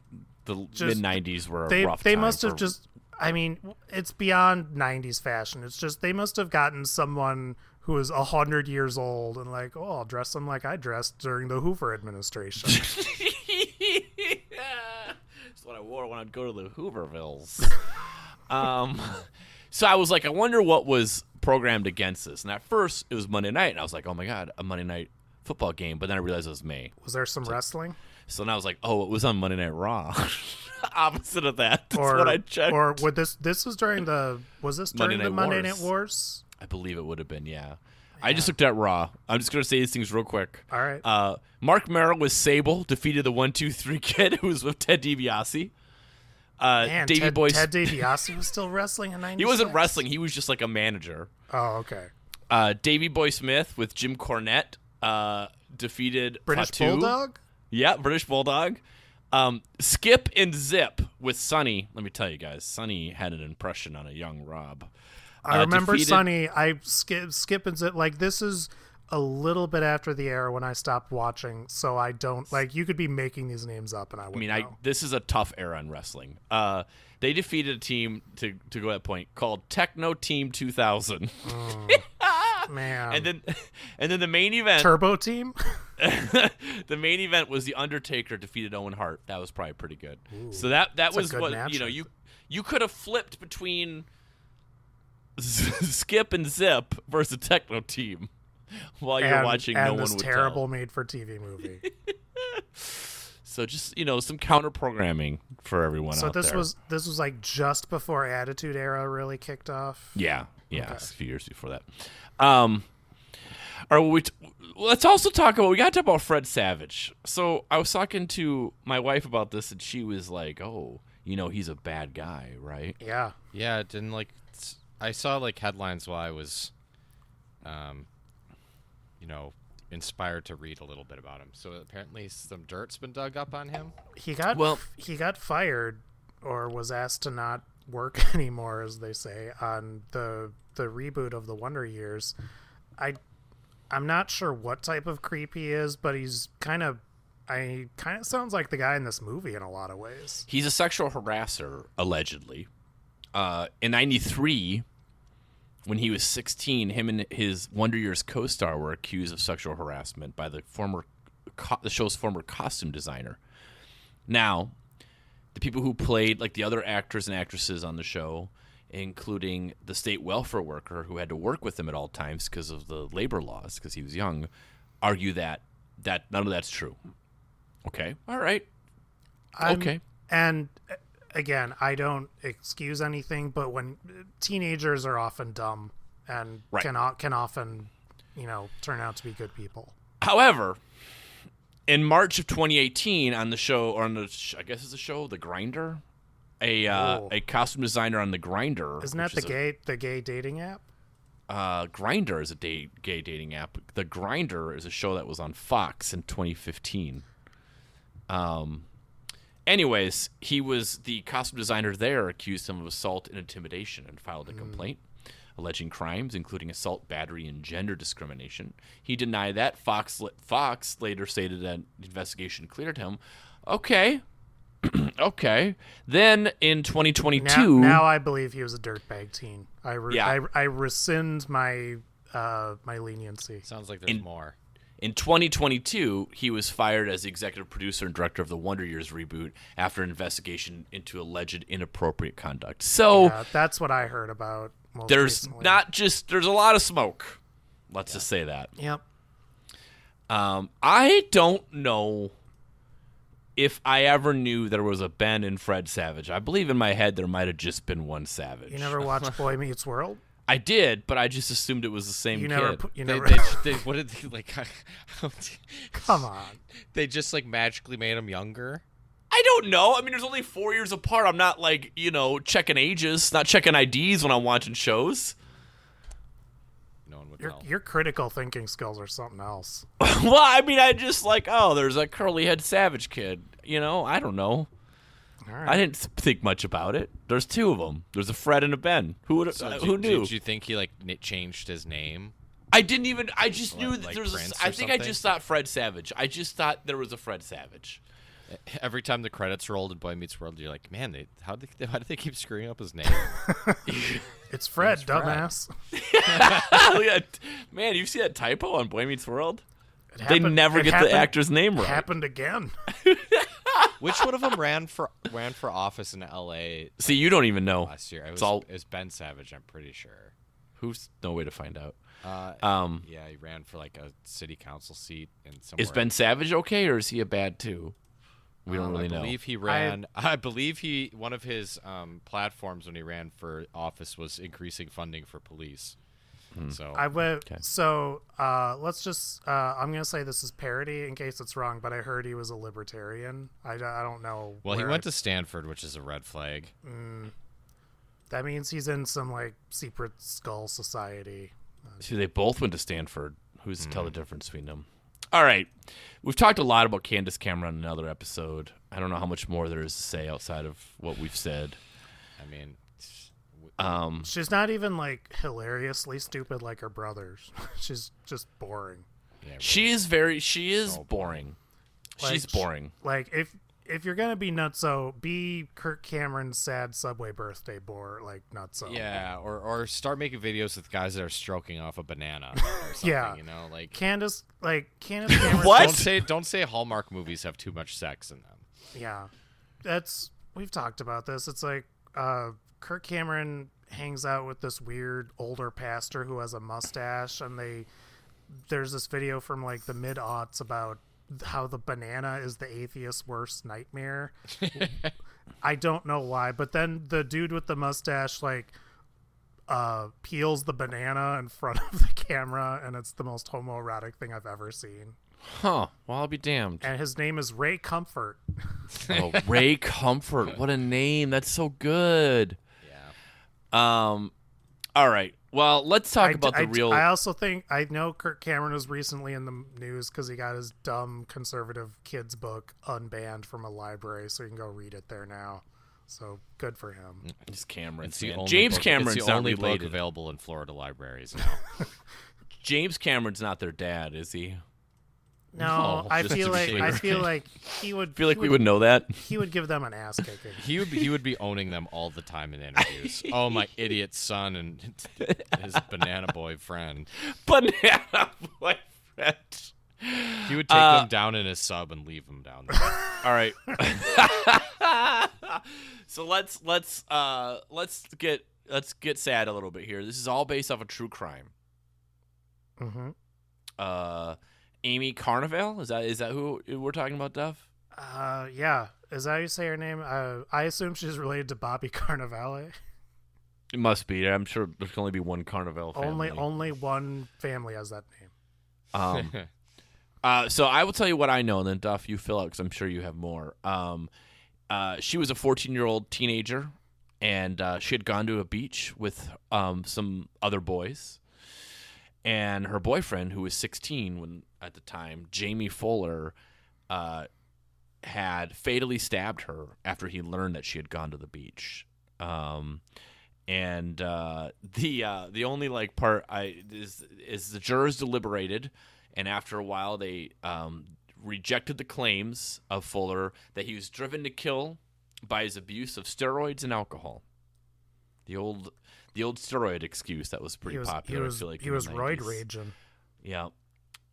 Speaker 1: the mid
Speaker 2: Just-
Speaker 1: 90s were a
Speaker 2: They
Speaker 1: rough.
Speaker 2: they
Speaker 1: time
Speaker 2: must have
Speaker 1: for-
Speaker 2: just I mean, it's beyond 90s fashion. It's just they must have gotten someone who is 100 years old and like, "Oh, I'll dress them like I dressed during the Hoover administration."
Speaker 1: That's what I wore when I'd go to the Hoovervilles. um, so I was like, I wonder what was programmed against this. And at first, it was Monday night, and I was like, oh my god, a Monday night football game. But then I realized it was May.
Speaker 2: was there some wrestling
Speaker 1: So then I was like, oh, it was on Monday Night Raw. Opposite of that. That's
Speaker 2: or
Speaker 1: what I checked.
Speaker 2: or would this this was during the was this
Speaker 1: Monday
Speaker 2: during the
Speaker 1: Night
Speaker 2: Monday
Speaker 1: Wars.
Speaker 2: Night Wars?
Speaker 1: I believe it would have been, yeah. I just looked at Raw. I'm just going to say these things real quick.
Speaker 2: All right.
Speaker 1: Uh, Mark Merrill with Sable defeated the 1 2 3 kid who was with Ted DiBiase. Uh,
Speaker 2: Man,
Speaker 1: Davey
Speaker 2: Ted,
Speaker 1: Boy.
Speaker 2: Ted DiBiase was still wrestling in 96?
Speaker 1: he wasn't wrestling, he was just like a manager.
Speaker 2: Oh, okay.
Speaker 1: Uh, Davey Boy Smith with Jim Cornette uh, defeated
Speaker 2: British
Speaker 1: Fatu.
Speaker 2: Bulldog?
Speaker 1: Yeah, British Bulldog. Um, Skip and Zip with Sonny. Let me tell you guys, Sonny had an impression on a young Rob.
Speaker 2: I
Speaker 1: Uh,
Speaker 2: remember
Speaker 1: defeated-
Speaker 2: Sonny. I skip skip and zip like this is a little bit after the era when I stopped watching, so I don't like. You could be making these names up, and I would.
Speaker 1: I mean, I this is a tough era in wrestling. Uh, they defeated a team to to go to that point called Techno Team 2000,
Speaker 2: Hmm. man.
Speaker 1: and then and then the main event.
Speaker 2: Turbo Team.
Speaker 1: the main event was the Undertaker defeated Owen Hart. That was probably pretty good. so that that
Speaker 2: a
Speaker 1: was
Speaker 2: good
Speaker 1: what
Speaker 2: match,
Speaker 1: you know
Speaker 2: I
Speaker 1: you you could have flipped between Skip and Zip versus the Techno Team while you're
Speaker 2: and,
Speaker 1: watching.
Speaker 2: and
Speaker 1: no
Speaker 2: this
Speaker 1: one would
Speaker 2: terrible
Speaker 1: tell.
Speaker 2: made-for-TV movie.
Speaker 1: So just you know some counter programming for everyone.
Speaker 2: so
Speaker 1: out
Speaker 2: this
Speaker 1: there.
Speaker 2: was this was like just before Attitude Era really kicked off.
Speaker 1: yeah yeah it's a few years before that. Um, all right, well, we t- let's also talk about we got to talk about Fred Savage. So I was talking to my wife about this, and she was like, "Oh, you know, he's a bad guy, right?"
Speaker 2: Yeah.
Speaker 3: Yeah, it didn't like. s- I saw like headlines while I was, um, you know, inspired to read a little bit about him. So apparently, some dirt's been dug up on him.
Speaker 2: He got
Speaker 1: Well-
Speaker 2: he got fired or was asked to not work anymore as they say on the the reboot of the Wonder Years. I I'm not sure what type of creep he is, but he's kind of I kind of sounds like the guy in this movie in a lot of ways.
Speaker 1: He's a sexual harasser, allegedly. Uh, in '93, when he was 16, him and his Wonder Years co-star were accused of sexual harassment by the former, co- the show's former costume designer. Now, the people who played like the other actors and actresses on the show, including the state welfare worker who had to work with him at all times because of the labor laws, because he was young, argue that that none of that's true. Okay, all right,
Speaker 2: I'm-
Speaker 1: okay.
Speaker 2: And uh, again, I don't excuse anything, but when teenagers are often dumb and
Speaker 1: Right.
Speaker 2: can o- can often, you know, turn out to be good people.
Speaker 1: However, in March of 2018, on the show, or on the, sh- I guess it's a show, The Grinder, a uh,
Speaker 2: Oh.
Speaker 1: a costume designer on The Grinder.
Speaker 2: Isn't that the gay the gay dating app?
Speaker 1: Uh, Grinder is a date, gay dating app. The Grinder is a show that was on Fox in 2015. Um. Anyways, he was the costume designer there accused him of assault and intimidation and filed
Speaker 2: Hmm.
Speaker 1: a complaint alleging crimes including assault, battery, and gender discrimination. He denied that. Fox Fox later stated that the investigation cleared him. Okay. okay. Then in 2022,
Speaker 2: Now, now I believe he was a dirtbag teen. I, re-
Speaker 1: Yeah.
Speaker 2: I I rescind my uh my leniency.
Speaker 3: Sounds like there's
Speaker 1: In-
Speaker 3: more.
Speaker 1: In 2022, he was fired as the executive producer and director of the Wonder Years reboot after an investigation into alleged inappropriate conduct. So
Speaker 2: Yeah, Uh, that's what I heard about. Most
Speaker 1: there's
Speaker 2: recently.
Speaker 1: not just there's a lot of smoke. Let's just say that.
Speaker 2: Yep.
Speaker 1: Um, I don't know if I ever knew there was a Ben and Fred Savage. I believe in my head there might have just been one Savage.
Speaker 2: You never watched Boy Meets World.
Speaker 1: I did, but I just assumed it was the same
Speaker 2: You
Speaker 1: kid.
Speaker 2: never. pu- You
Speaker 3: They,
Speaker 2: never.
Speaker 3: they, they, what did they like?
Speaker 2: come on.
Speaker 3: they just like magically made him younger.
Speaker 1: I don't know. I mean, there's only four years apart. I'm not like you know checking ages, not checking IDs when I'm watching shows.
Speaker 3: No one would
Speaker 2: Your
Speaker 3: know.
Speaker 2: your critical thinking skills are something else.
Speaker 1: well, I mean, I just like oh, there's a curly head savage kid. You know, I don't know.
Speaker 2: All
Speaker 1: I
Speaker 2: right.
Speaker 1: didn't think much about it. There's two of them. There's a Fred and a Ben. Who would?
Speaker 3: So
Speaker 1: uh,
Speaker 3: did-
Speaker 1: who knew?
Speaker 3: Did you think he like n- changed his name?
Speaker 1: I didn't even. I just knew that
Speaker 3: like
Speaker 1: there was.
Speaker 3: Prince
Speaker 1: A, I
Speaker 3: or
Speaker 1: think I
Speaker 3: something?
Speaker 1: just thought Fred Savage. I just thought there was a Fred Savage.
Speaker 3: Every time the credits rolled in Boy Meets World, you're like, man, they how they how do they keep screwing up his name?
Speaker 2: It's Fred,
Speaker 3: Fred.
Speaker 2: dumbass.
Speaker 1: Look at- Oh, Man, you see that typo on Boy Meets World?
Speaker 2: It
Speaker 1: They
Speaker 2: happened-
Speaker 1: never
Speaker 2: it
Speaker 1: get
Speaker 2: happened-
Speaker 1: the actor's name right. Oh,
Speaker 2: Happened again.
Speaker 3: Which one of them ran for ran for office in L.A.
Speaker 1: See, you don't even know.
Speaker 3: last year? It was,
Speaker 1: all-
Speaker 3: it was Ben Savage, I'm pretty sure.
Speaker 1: Who's no way to find out.
Speaker 3: Uh,
Speaker 1: Um,
Speaker 3: yeah, he ran for like a city council seat in somewhere.
Speaker 1: is Ben Savage okay or is he a bad too? We don't
Speaker 3: Um,
Speaker 1: really
Speaker 3: I
Speaker 1: know.
Speaker 3: believe he ran. I, believe he one of his um, platforms when he ran for office was increasing funding for police. So
Speaker 2: I would. So uh, let's just. Uh, I'm gonna say this is parody in case it's wrong, but I heard he was a libertarian. I, d- I don't know.
Speaker 3: well, he
Speaker 2: where I-
Speaker 3: went to Stanford, which is a red flag.
Speaker 2: That means he's in some like secret skull society.
Speaker 1: See, they both went to Stanford. Who's to tell
Speaker 3: Mm.
Speaker 1: the difference between them? All right. We've talked a lot about Candace Cameron in another episode. I don't know how much more there is to say outside of what we've said.
Speaker 3: I mean,
Speaker 1: Um,
Speaker 2: She's not even like hilariously stupid like her brothers. She's just boring.
Speaker 1: she is very. She
Speaker 3: Oh,
Speaker 1: is boring.
Speaker 2: Like,
Speaker 1: She's
Speaker 2: sh-
Speaker 1: boring.
Speaker 2: Like if if you're gonna be nutso, be Kirk Cameron's sad subway birthday bore like nutso.
Speaker 3: Yeah, or or start making videos with guys that are stroking off a banana. Or something,
Speaker 2: Yeah.
Speaker 3: you know, like
Speaker 2: Candace like Candace Cameron
Speaker 1: What?
Speaker 3: don't say don't say Hallmark movies have too much sex in them.
Speaker 2: Yeah. That's we've talked about this. It's like uh Kirk Cameron hangs out with this weird older pastor who has a mustache and they there's this video from like the mid aughts about how the banana is the atheist's worst nightmare. I don't know why, but then the dude with the mustache like uh peels the banana in front of the camera and it's the most homoerotic thing I've ever seen.
Speaker 1: Huh. Well, I'll be damned.
Speaker 2: And his name is Ray Comfort.
Speaker 1: Oh, Ray Comfort. What a name. That's so good.
Speaker 3: Yeah.
Speaker 1: Um, all right. Well, let's talk
Speaker 2: I d-
Speaker 1: about the
Speaker 2: I d-
Speaker 1: real.
Speaker 2: I also think I know Kirk Cameron was recently in the news because he got his dumb conservative kids book unbanned from a library, so you can go read it there now. So good for him.
Speaker 1: It's Cameron.
Speaker 3: It's the
Speaker 1: man.
Speaker 3: only
Speaker 1: James
Speaker 3: book-
Speaker 1: Cameron's
Speaker 3: it's the only
Speaker 1: not
Speaker 3: book
Speaker 1: related.
Speaker 3: available in Florida libraries now.
Speaker 1: James Cameron's not their dad, is he?
Speaker 2: No,
Speaker 3: No,
Speaker 2: I
Speaker 3: just
Speaker 2: feel
Speaker 3: to be
Speaker 2: like I
Speaker 3: clear.
Speaker 2: feel like he would
Speaker 1: I feel like we would know that.
Speaker 2: he would give them an ass kicking.
Speaker 3: he would he would be owning them all the time in interviews. oh my idiot son and his banana boy friend.
Speaker 1: Banana boyfriend.
Speaker 3: He would take
Speaker 1: Uh,
Speaker 3: them down in his sub and leave them down there.
Speaker 1: All right. so let's let's uh let's get let's get sad a little bit here. This is all based off a true crime.
Speaker 2: hmm
Speaker 1: Mm-hmm. Uh, Amy Carnival is that is that who we're talking about, Duff?
Speaker 2: Uh, yeah, is that how you say her name? Uh, I assume she's related to Bobby Carnivale.
Speaker 1: It must be. I'm sure there can only be one Carnival
Speaker 2: Only only one family has that name.
Speaker 1: Um, uh, so I will tell you what I know, and then Duff, you fill out because I'm sure you have more. Um, uh, she was a 14 year old teenager, and uh, she had gone to a beach with um, some other boys, and her boyfriend, who was 16 when at the time, Jamie Fuller, uh, had fatally stabbed her after he learned that she had gone to the beach. Um, and uh, the uh, the only like part I is is the jurors deliberated, and after a while they um, rejected the claims of Fuller that he was driven to kill by his abuse of steroids and alcohol. The old the old steroid excuse that was pretty
Speaker 2: he was
Speaker 1: popular.
Speaker 2: he was
Speaker 1: I feel like
Speaker 2: he
Speaker 1: in the
Speaker 2: was roid
Speaker 1: 90s.
Speaker 2: raging.
Speaker 1: Yeah.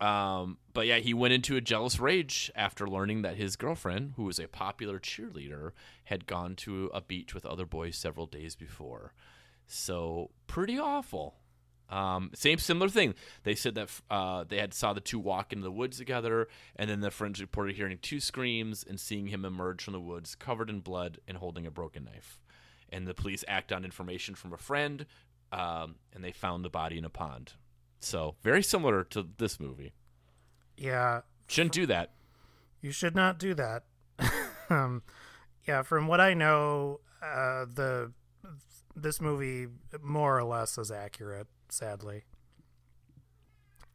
Speaker 1: Um, but yeah, he went into a jealous rage after learning that his girlfriend, who was a popular cheerleader, had gone to a beach with other boys several days before. So pretty awful. Um, same similar thing. They said that uh, they had saw the two walk into the woods together, and then the friends reported hearing two screams and seeing him emerge from the woods covered in blood and holding a broken knife. And the police act on information from a friend, um, and they found the body in a pond. So very similar to this movie.
Speaker 2: Yeah,
Speaker 1: Shouldn't do that.
Speaker 2: you should not do that. um, yeah, from what I know, uh, the this movie more or less is accurate. Sadly,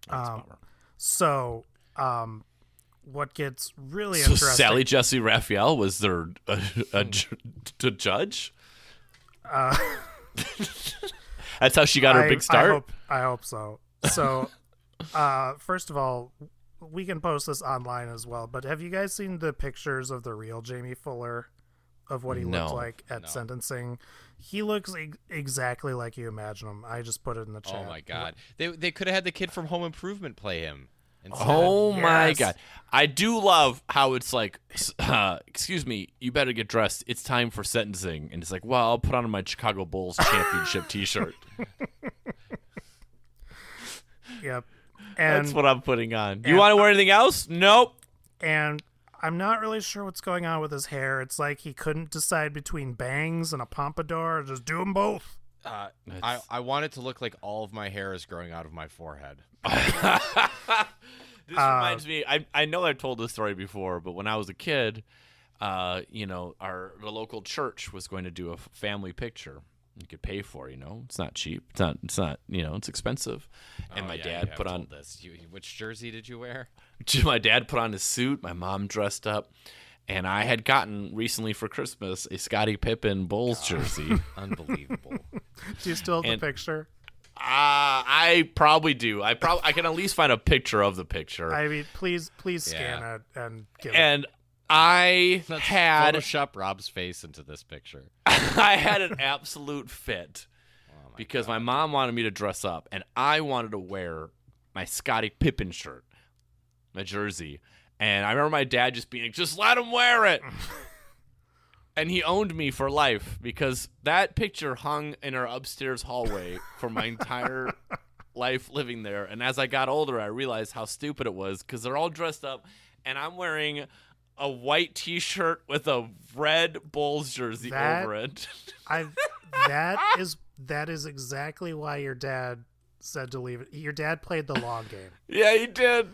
Speaker 1: That's a
Speaker 2: Um,
Speaker 1: bummer.
Speaker 2: so um, what gets really
Speaker 1: so
Speaker 2: interesting?
Speaker 1: Sally Jesse Raphael was there a, a ju- to judge?
Speaker 2: uh,
Speaker 1: That's how she got her
Speaker 2: I-
Speaker 1: big start.
Speaker 2: I hope, I hope so. So, uh, first of all, we can post this online as well. But have you guys seen the pictures of the real Jamie Fuller of what he
Speaker 1: No.
Speaker 2: looked like at
Speaker 3: No.
Speaker 2: sentencing? He looks e- exactly like you imagine him. I just put it in the chat.
Speaker 3: Oh my god. They they could have had the kid from Home Improvement play him. instead.
Speaker 1: Oh my
Speaker 2: Yes.
Speaker 1: god! I do love how it's like, s- uh, excuse me, you better get dressed. It's time for sentencing, and it's like, well, I'll put on my Chicago Bulls championship T-shirt.
Speaker 2: Yep. And
Speaker 1: That's what I'm putting on. You
Speaker 2: and-
Speaker 1: want to wear anything else? Nope.
Speaker 2: and I'm not really sure what's going on with his hair. It's like he couldn't decide between bangs and a pompadour. Just do them both.
Speaker 3: Uh, I
Speaker 1: That's-
Speaker 3: I want it to look like all of my hair is growing out of my forehead.
Speaker 1: this
Speaker 3: Uh,
Speaker 1: reminds me I, I know i've told this story before but when i was a kid uh, you know our the local church was going to do a f- family picture you could pay for you know it's not cheap it's not it's not you know it's expensive and
Speaker 3: Oh,
Speaker 1: my
Speaker 3: yeah, you
Speaker 1: dad
Speaker 3: have
Speaker 1: put on
Speaker 3: told this. You, which jersey did you wear?
Speaker 1: my dad put on his suit my mom dressed up and
Speaker 3: Ah.
Speaker 1: i had gotten recently for christmas a scotty pippen bulls jersey
Speaker 3: Unbelievable.
Speaker 2: Do you still have
Speaker 1: And-
Speaker 2: the picture?
Speaker 1: Ah, I probably do. I probably I can at least find a picture of the picture.
Speaker 2: I mean, please, please scan
Speaker 3: Yeah.
Speaker 2: it and give it.
Speaker 1: er and I
Speaker 3: Let's
Speaker 1: had
Speaker 3: Photoshop Rob's face into this picture.
Speaker 1: I had an absolute fit
Speaker 3: Oh my
Speaker 1: because my mom wanted me to dress up and I wanted to wear my Scottie Pippen shirt, my jersey. And I remember my dad just being like, just let him wear it. and he owned me for life because that picture hung in our upstairs hallway for my entire life living there. And as I got older, I realized how stupid it was because they're all dressed up and I'm wearing a white t shirt with a red Bulls jersey
Speaker 2: That-
Speaker 1: over it.
Speaker 2: I that is that is exactly why your dad said to leave it. Your dad played the long game.
Speaker 1: yeah, he did.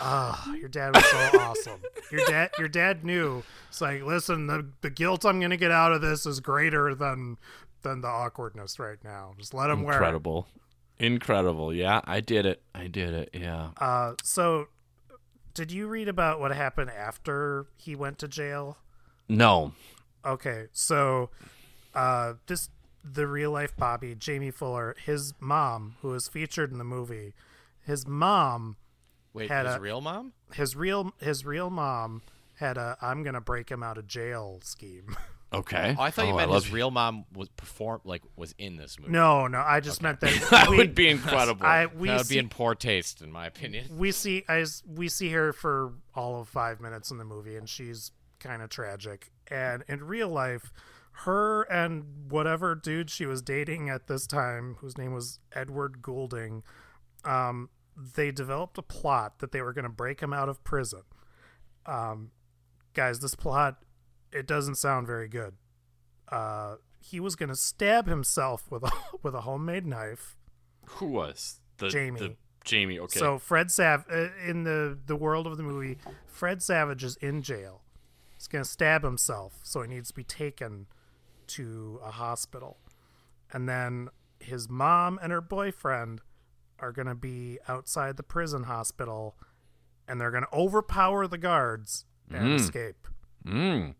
Speaker 2: Ah, your dad was so awesome. Your dad your dad knew. It's like, listen, the the guilt I'm gonna get out of this is greater than than the awkwardness right now. Just let him wear it.
Speaker 1: Incredible. Incredible. Yeah, I did it. I did it. Yeah.
Speaker 2: Uh, so, did you read about what happened after he went to jail?
Speaker 1: No.
Speaker 2: Okay, so uh, this the real life Bobby Jamie Fuller, his mom, who is featured in the movie, his mom,
Speaker 3: Wait,
Speaker 2: had
Speaker 3: his
Speaker 2: a-
Speaker 3: real mom?
Speaker 2: his real his real mom had a I'm gonna break him out of jail scheme.
Speaker 1: Okay.
Speaker 3: Oh, I thought you meant
Speaker 1: love
Speaker 3: his real mom was perform like was in this movie.
Speaker 2: no, no, I just meant that
Speaker 1: that
Speaker 2: we,
Speaker 1: would be incredible.
Speaker 2: I we
Speaker 3: that would
Speaker 2: see,
Speaker 3: be in poor taste, in my opinion.
Speaker 2: we see I s- we see her for all of five minutes in the movie, and she's kind of tragic. And in real life, her and whatever dude she was dating at this time, whose name was Edward Goulding, um, they developed a plot that they were going to break him out of prison. Um, guys, this plot it doesn't sound very good. Uh, he was going to stab himself with a with a homemade knife.
Speaker 1: Who was the
Speaker 2: Jamie.
Speaker 1: The, Jamie. Okay.
Speaker 2: So Fred Sav uh, in the the world of the movie, Fred Savage is in jail. He's gonna stab himself, so he needs to be taken to a hospital, and then his mom and her boyfriend are gonna be outside the prison hospital, and they're gonna overpower the guards and
Speaker 1: Mm.
Speaker 2: escape.
Speaker 1: mm.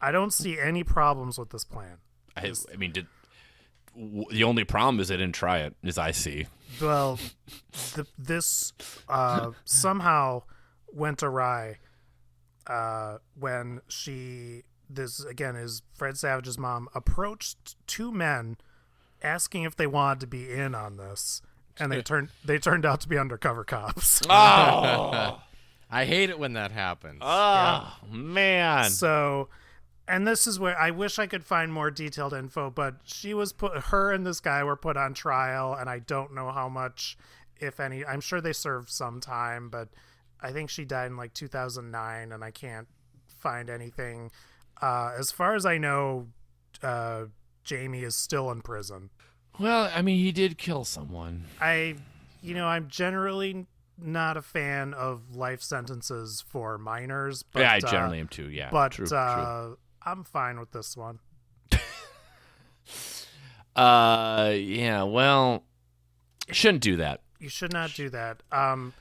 Speaker 2: I don't see any problems with this plan.
Speaker 1: I, I mean, did w- the only problem is they didn't try it, as I see.
Speaker 2: Well, the, this uh, somehow went awry uh, when she, this again is Fred Savage's mom, approached two men asking if they wanted to be in on this. And they turned they turned out to be undercover cops.
Speaker 1: Oh,
Speaker 3: I hate it when that happens.
Speaker 1: man.
Speaker 2: So, and this is where I wish I could find more detailed info, but she was put, her and this guy were put on trial, and I don't know how much, if any. I'm sure they served some time, but I think she died in like 2009, and I can't find anything. Uh, as far as I know, uh, Jamie is still in prison.
Speaker 1: Well, I mean, he did kill someone.
Speaker 2: I, you know, I'm generally not a fan of life sentences for minors, but
Speaker 1: yeah, I
Speaker 2: uh,
Speaker 1: generally am too. Yeah.
Speaker 2: but
Speaker 1: true, true.
Speaker 2: uh, I'm fine with this one.
Speaker 1: Uh, yeah. Well, shouldn't do that.
Speaker 2: You should not do that. Um,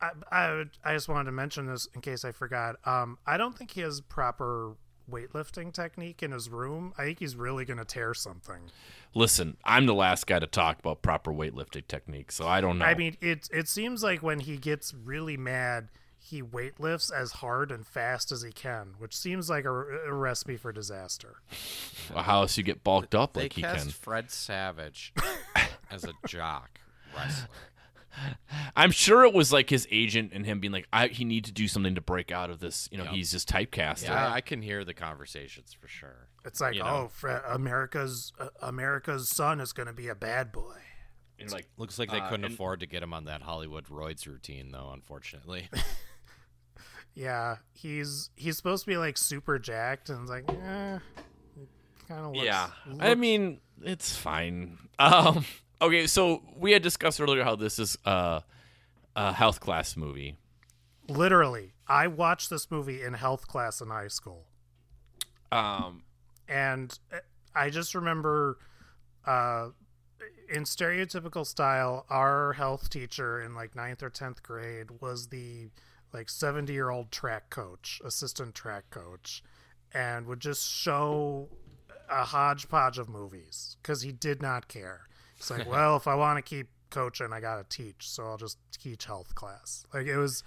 Speaker 2: I, I, would- I just wanted to mention this in case I forgot. Um, I don't think he has proper weightlifting technique in his room. I think he's really going to tear something.
Speaker 1: Listen, I'm the last guy to talk about proper weightlifting technique, so I don't know.
Speaker 2: I mean, it it seems like when he gets really mad, he weightlifts as hard and fast as he can, which seems like a, a recipe for disaster.
Speaker 1: how else you get bulked up
Speaker 3: they
Speaker 1: like he
Speaker 3: cast
Speaker 1: can?
Speaker 3: Fred Savage as a jock wrestler.
Speaker 1: I'm sure it was like his agent and him being like, I, he need to do something to break out of this. You know, he's just typecasted.
Speaker 3: Yeah, I can hear the conversations for sure.
Speaker 2: It's like,
Speaker 3: You know.
Speaker 2: oh, Fred, America's uh, America's son is going to be a bad boy.
Speaker 1: And like,
Speaker 3: Looks like they
Speaker 1: Uh,
Speaker 3: couldn't
Speaker 1: and-
Speaker 3: afford to get him on that Hollywood roids routine, though. Unfortunately,
Speaker 2: Yeah, he's he's supposed to be like super jacked, and it's like, eh, kind of looks.
Speaker 1: yeah.
Speaker 2: looks-
Speaker 1: I mean, it's fine. Um, okay, so we had discussed earlier how this is uh, a health class movie.
Speaker 2: literally, I watched this movie in health class in high school,
Speaker 1: Um,
Speaker 2: and uh, I just remember, uh, in stereotypical style, our health teacher in like ninth or tenth grade was the like seventy year old track coach, assistant track coach, and would just show a hodgepodge of movies because he did not care. It's like, well, if I want to keep coaching, I gotta teach, so I'll just teach health class. Like it was.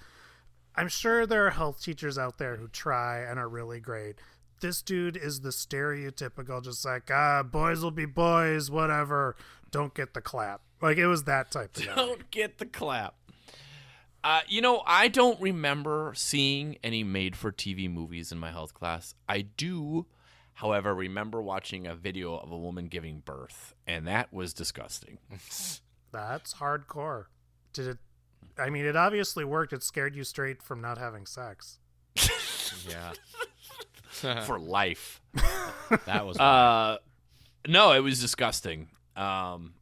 Speaker 2: I'm sure there are health teachers out there who try and are really great. This dude is the stereotypical, just like ah, boys will be boys, whatever. Don't get the clap. Like it was that type of guy.
Speaker 1: Don't get the clap. Uh, you know, I don't remember seeing any made for TV movies in my health class. I do, however, remember watching a video of a woman giving birth, and that was disgusting.
Speaker 2: That's hardcore. Did it? I mean, it obviously worked. It scared you straight from not having sex.
Speaker 3: Yeah.
Speaker 1: for life.
Speaker 3: that was
Speaker 1: Uh, no, it was disgusting. Um,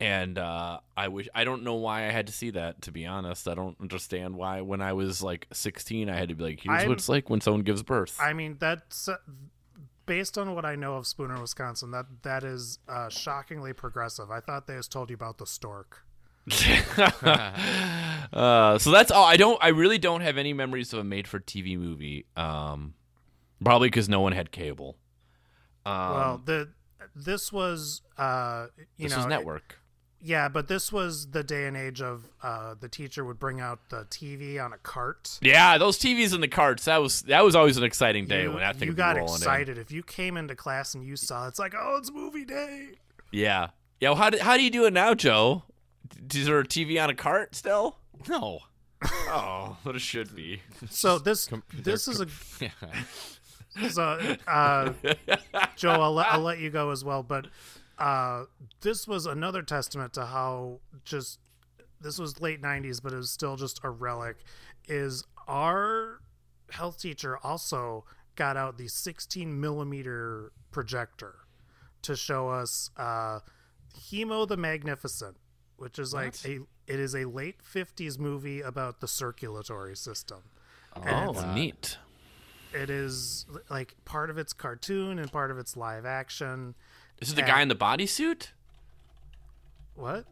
Speaker 1: and uh, I wish I don't know why I had to see that. To be honest, I don't understand why. When I was like 16, I had to be like, "Here's
Speaker 2: I'm-
Speaker 1: what it's like when someone gives birth."
Speaker 2: I mean, that's uh, based on what I know of Spooner, Wisconsin. That that is uh, shockingly progressive. I thought they just told you about the stork.
Speaker 1: uh, so that's all. I don't. I really don't have any memories of a made-for-TV movie. Um, probably because no one had cable. Um,
Speaker 2: well, the this was uh, you
Speaker 1: this
Speaker 2: know
Speaker 1: was network.
Speaker 2: yeah, but this was the day and age of uh, the teacher would bring out the TV on a cart.
Speaker 1: Yeah, those TVs in the carts. That was that was always an exciting day
Speaker 2: you,
Speaker 1: when that thing
Speaker 2: you
Speaker 1: would be
Speaker 2: got
Speaker 1: rolling in.
Speaker 2: excited if you came into class and you saw it's like oh it's movie day.
Speaker 1: Yeah. Yeah. Well, how do, how do you do it now, Joe? D- Is there a TV on a cart still?
Speaker 3: no.
Speaker 1: Oh, what it should be.
Speaker 2: So this this is a so uh, Joe, I'll, let- I'll let you go as well. But uh, this was another testament to how just this was late '90s, but it was still just a relic. Is our health teacher also got out the 16 millimeter projector to show us uh, Hemo the Magnificent, which is like a it is a late 50s movie about the circulatory system. And it's-
Speaker 1: Oh, neat.
Speaker 2: it is like part of its cartoon and part of its live action.
Speaker 1: Is it the guy in the bodysuit?
Speaker 2: What?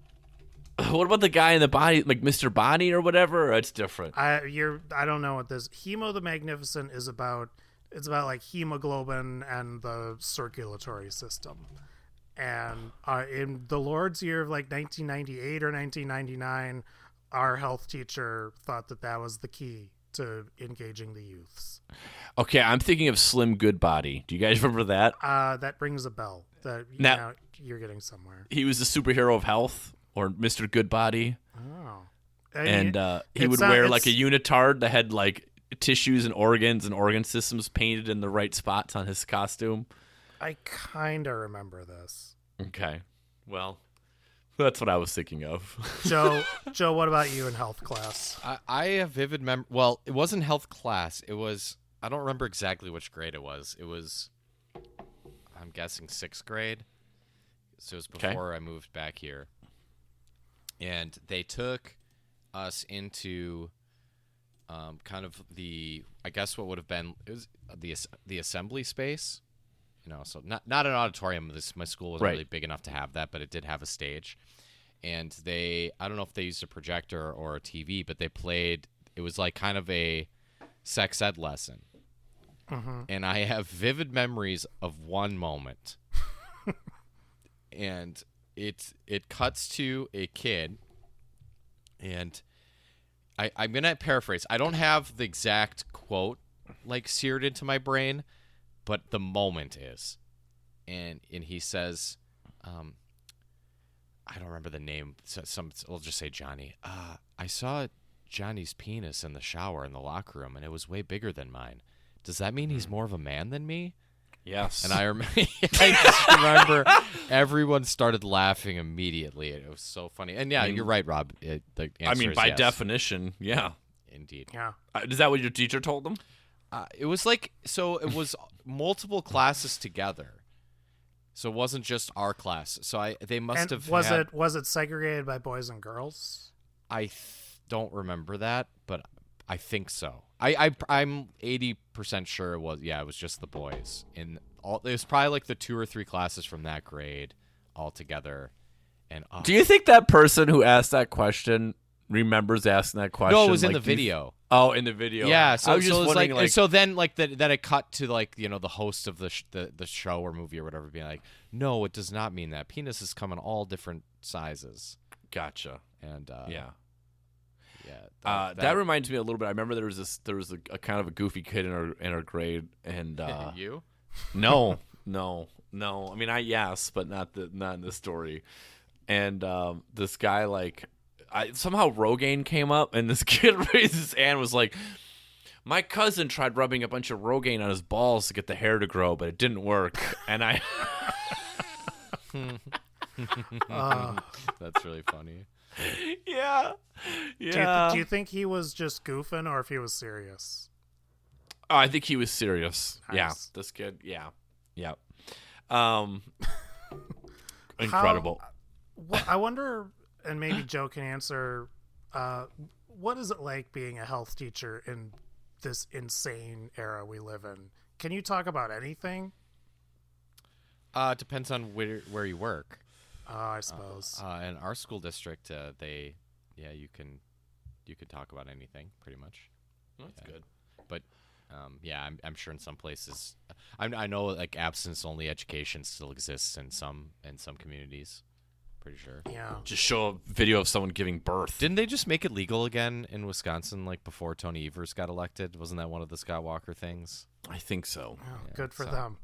Speaker 1: What about the guy in the body, like Mr. Body or whatever? It's different.
Speaker 2: I you're I don't know what this Hemo the Magnificent is about. It's about like hemoglobin and the circulatory system. And uh, in the Lord's year of like 1998 or 1999, our health teacher thought that that was the key to engaging the youths.
Speaker 1: Okay, I'm thinking of Slim Goodbody. Do you guys remember that?
Speaker 2: Uh, that rings a bell. That you
Speaker 1: Now-
Speaker 2: know, you're getting somewhere.
Speaker 1: He was the superhero of health or Mr. Goodbody.
Speaker 2: Oh,
Speaker 1: And uh, he
Speaker 2: it
Speaker 1: would
Speaker 2: sound-
Speaker 1: wear like a
Speaker 2: it's-
Speaker 1: unitard that had like tissues and organs and organ systems painted in the right spots on his costume. uh,
Speaker 2: I kind of remember this.
Speaker 1: Okay. Well, that's what I was thinking of.
Speaker 2: Joe, Joe, what about you in health class?
Speaker 3: I, I have vivid mem. Well, it wasn't health class. It was. I don't remember exactly which grade it was. It was. I'm guessing sixth grade. So it was
Speaker 1: Okay.
Speaker 3: before I moved back here. And they took us into um, kind of the I guess what would have been it was the as- the assembly space. You know, so not not an auditorium. This my school wasn't
Speaker 1: Right.
Speaker 3: really big enough to have that, but it did have a stage. And they I don't know if they used a projector or a TV, but they played it was like kind of a sex ed lesson. And I have vivid memories of one moment. and it it cuts to a kid and I, I'm gonna paraphrase. I don't have the exact quote like seared into my brain, but the moment is, and and he says, um, I don't remember the name. So some we'll just say Johnny. Uh, I saw Johnny's penis in the shower in the locker room, and it was way bigger than mine. Does that mean
Speaker 1: Hmm.
Speaker 3: he's more of a man than me?
Speaker 1: yes.
Speaker 3: And I remember, I just remember everyone started laughing immediately. It was so funny. And yeah, you're right, Rob. It, the
Speaker 1: I
Speaker 3: answer
Speaker 1: mean,
Speaker 3: is
Speaker 1: by
Speaker 3: yes.
Speaker 1: definition, yeah.
Speaker 3: indeed.
Speaker 2: Yeah.
Speaker 1: Uh, Is that what your teacher told them?
Speaker 3: Uh, it was like so it was multiple classes together, so it wasn't just our class. So I they must
Speaker 2: and
Speaker 3: have
Speaker 2: was
Speaker 3: had-
Speaker 2: it was it segregated by boys and girls?
Speaker 3: I th- don't remember that, but I think so. I, I I'm eighty percent sure it was. Yeah, it was just the boys in all. It was probably like the two or three classes from that grade all together. And oh,
Speaker 1: Do you think that person who asked that question remembers asking that question?
Speaker 3: no, it was in
Speaker 1: Like,
Speaker 3: the
Speaker 1: do you-
Speaker 3: video.
Speaker 1: Oh, in the video.
Speaker 3: Yeah, so,
Speaker 1: I was just
Speaker 3: so it's like,
Speaker 1: wondering,
Speaker 3: and so then like that that it cut to like you know the host of the, sh- the the show or movie or whatever being like, no, it does not mean that. Penises come in all different sizes,
Speaker 1: gotcha.
Speaker 3: and uh,
Speaker 1: Yeah.
Speaker 3: yeah.
Speaker 1: Uh, that, reminds me a little bit. I remember there was this, there was a, a kind of a goofy kid in our in our grade, and uh,
Speaker 3: you.
Speaker 1: no, no, no. I mean, I yes, but not the not in this story. And um, this guy, like, I somehow Rogaine came up, and this kid raised his hand, and was like, "My cousin tried rubbing a bunch of Rogaine on his balls to get the hair to grow, but it didn't work." And I,
Speaker 2: Uh,
Speaker 3: That's really funny.
Speaker 1: yeah,
Speaker 2: do, you
Speaker 1: yeah.
Speaker 2: do you think he was just goofing or if he was serious?
Speaker 1: Oh, I think he was serious. Yeah,
Speaker 2: Nice.
Speaker 1: this kid. Yeah, yeah. Um, incredible.
Speaker 2: Wha- I wonder, and maybe Joe can answer. Uh, what is it like being a health teacher in this insane era we live in? Can you talk about anything?
Speaker 3: Uh, depends on where where you work.
Speaker 2: Oh, I suppose.
Speaker 3: Uh, in our school district, uh, they, yeah, you can, you can talk about anything pretty much.
Speaker 1: That's good.
Speaker 3: But, um, yeah, I'm, I'm sure in some places, I, I know like absence only education still exists in some in some communities. Pretty sure.
Speaker 2: yeah.
Speaker 1: Just show a video of someone giving birth.
Speaker 3: Didn't they just make it legal again in Wisconsin, like before Tony Evers got elected? Wasn't that one of the Skywalker things?
Speaker 1: I think so.
Speaker 2: Oh, good for
Speaker 3: so-
Speaker 2: them.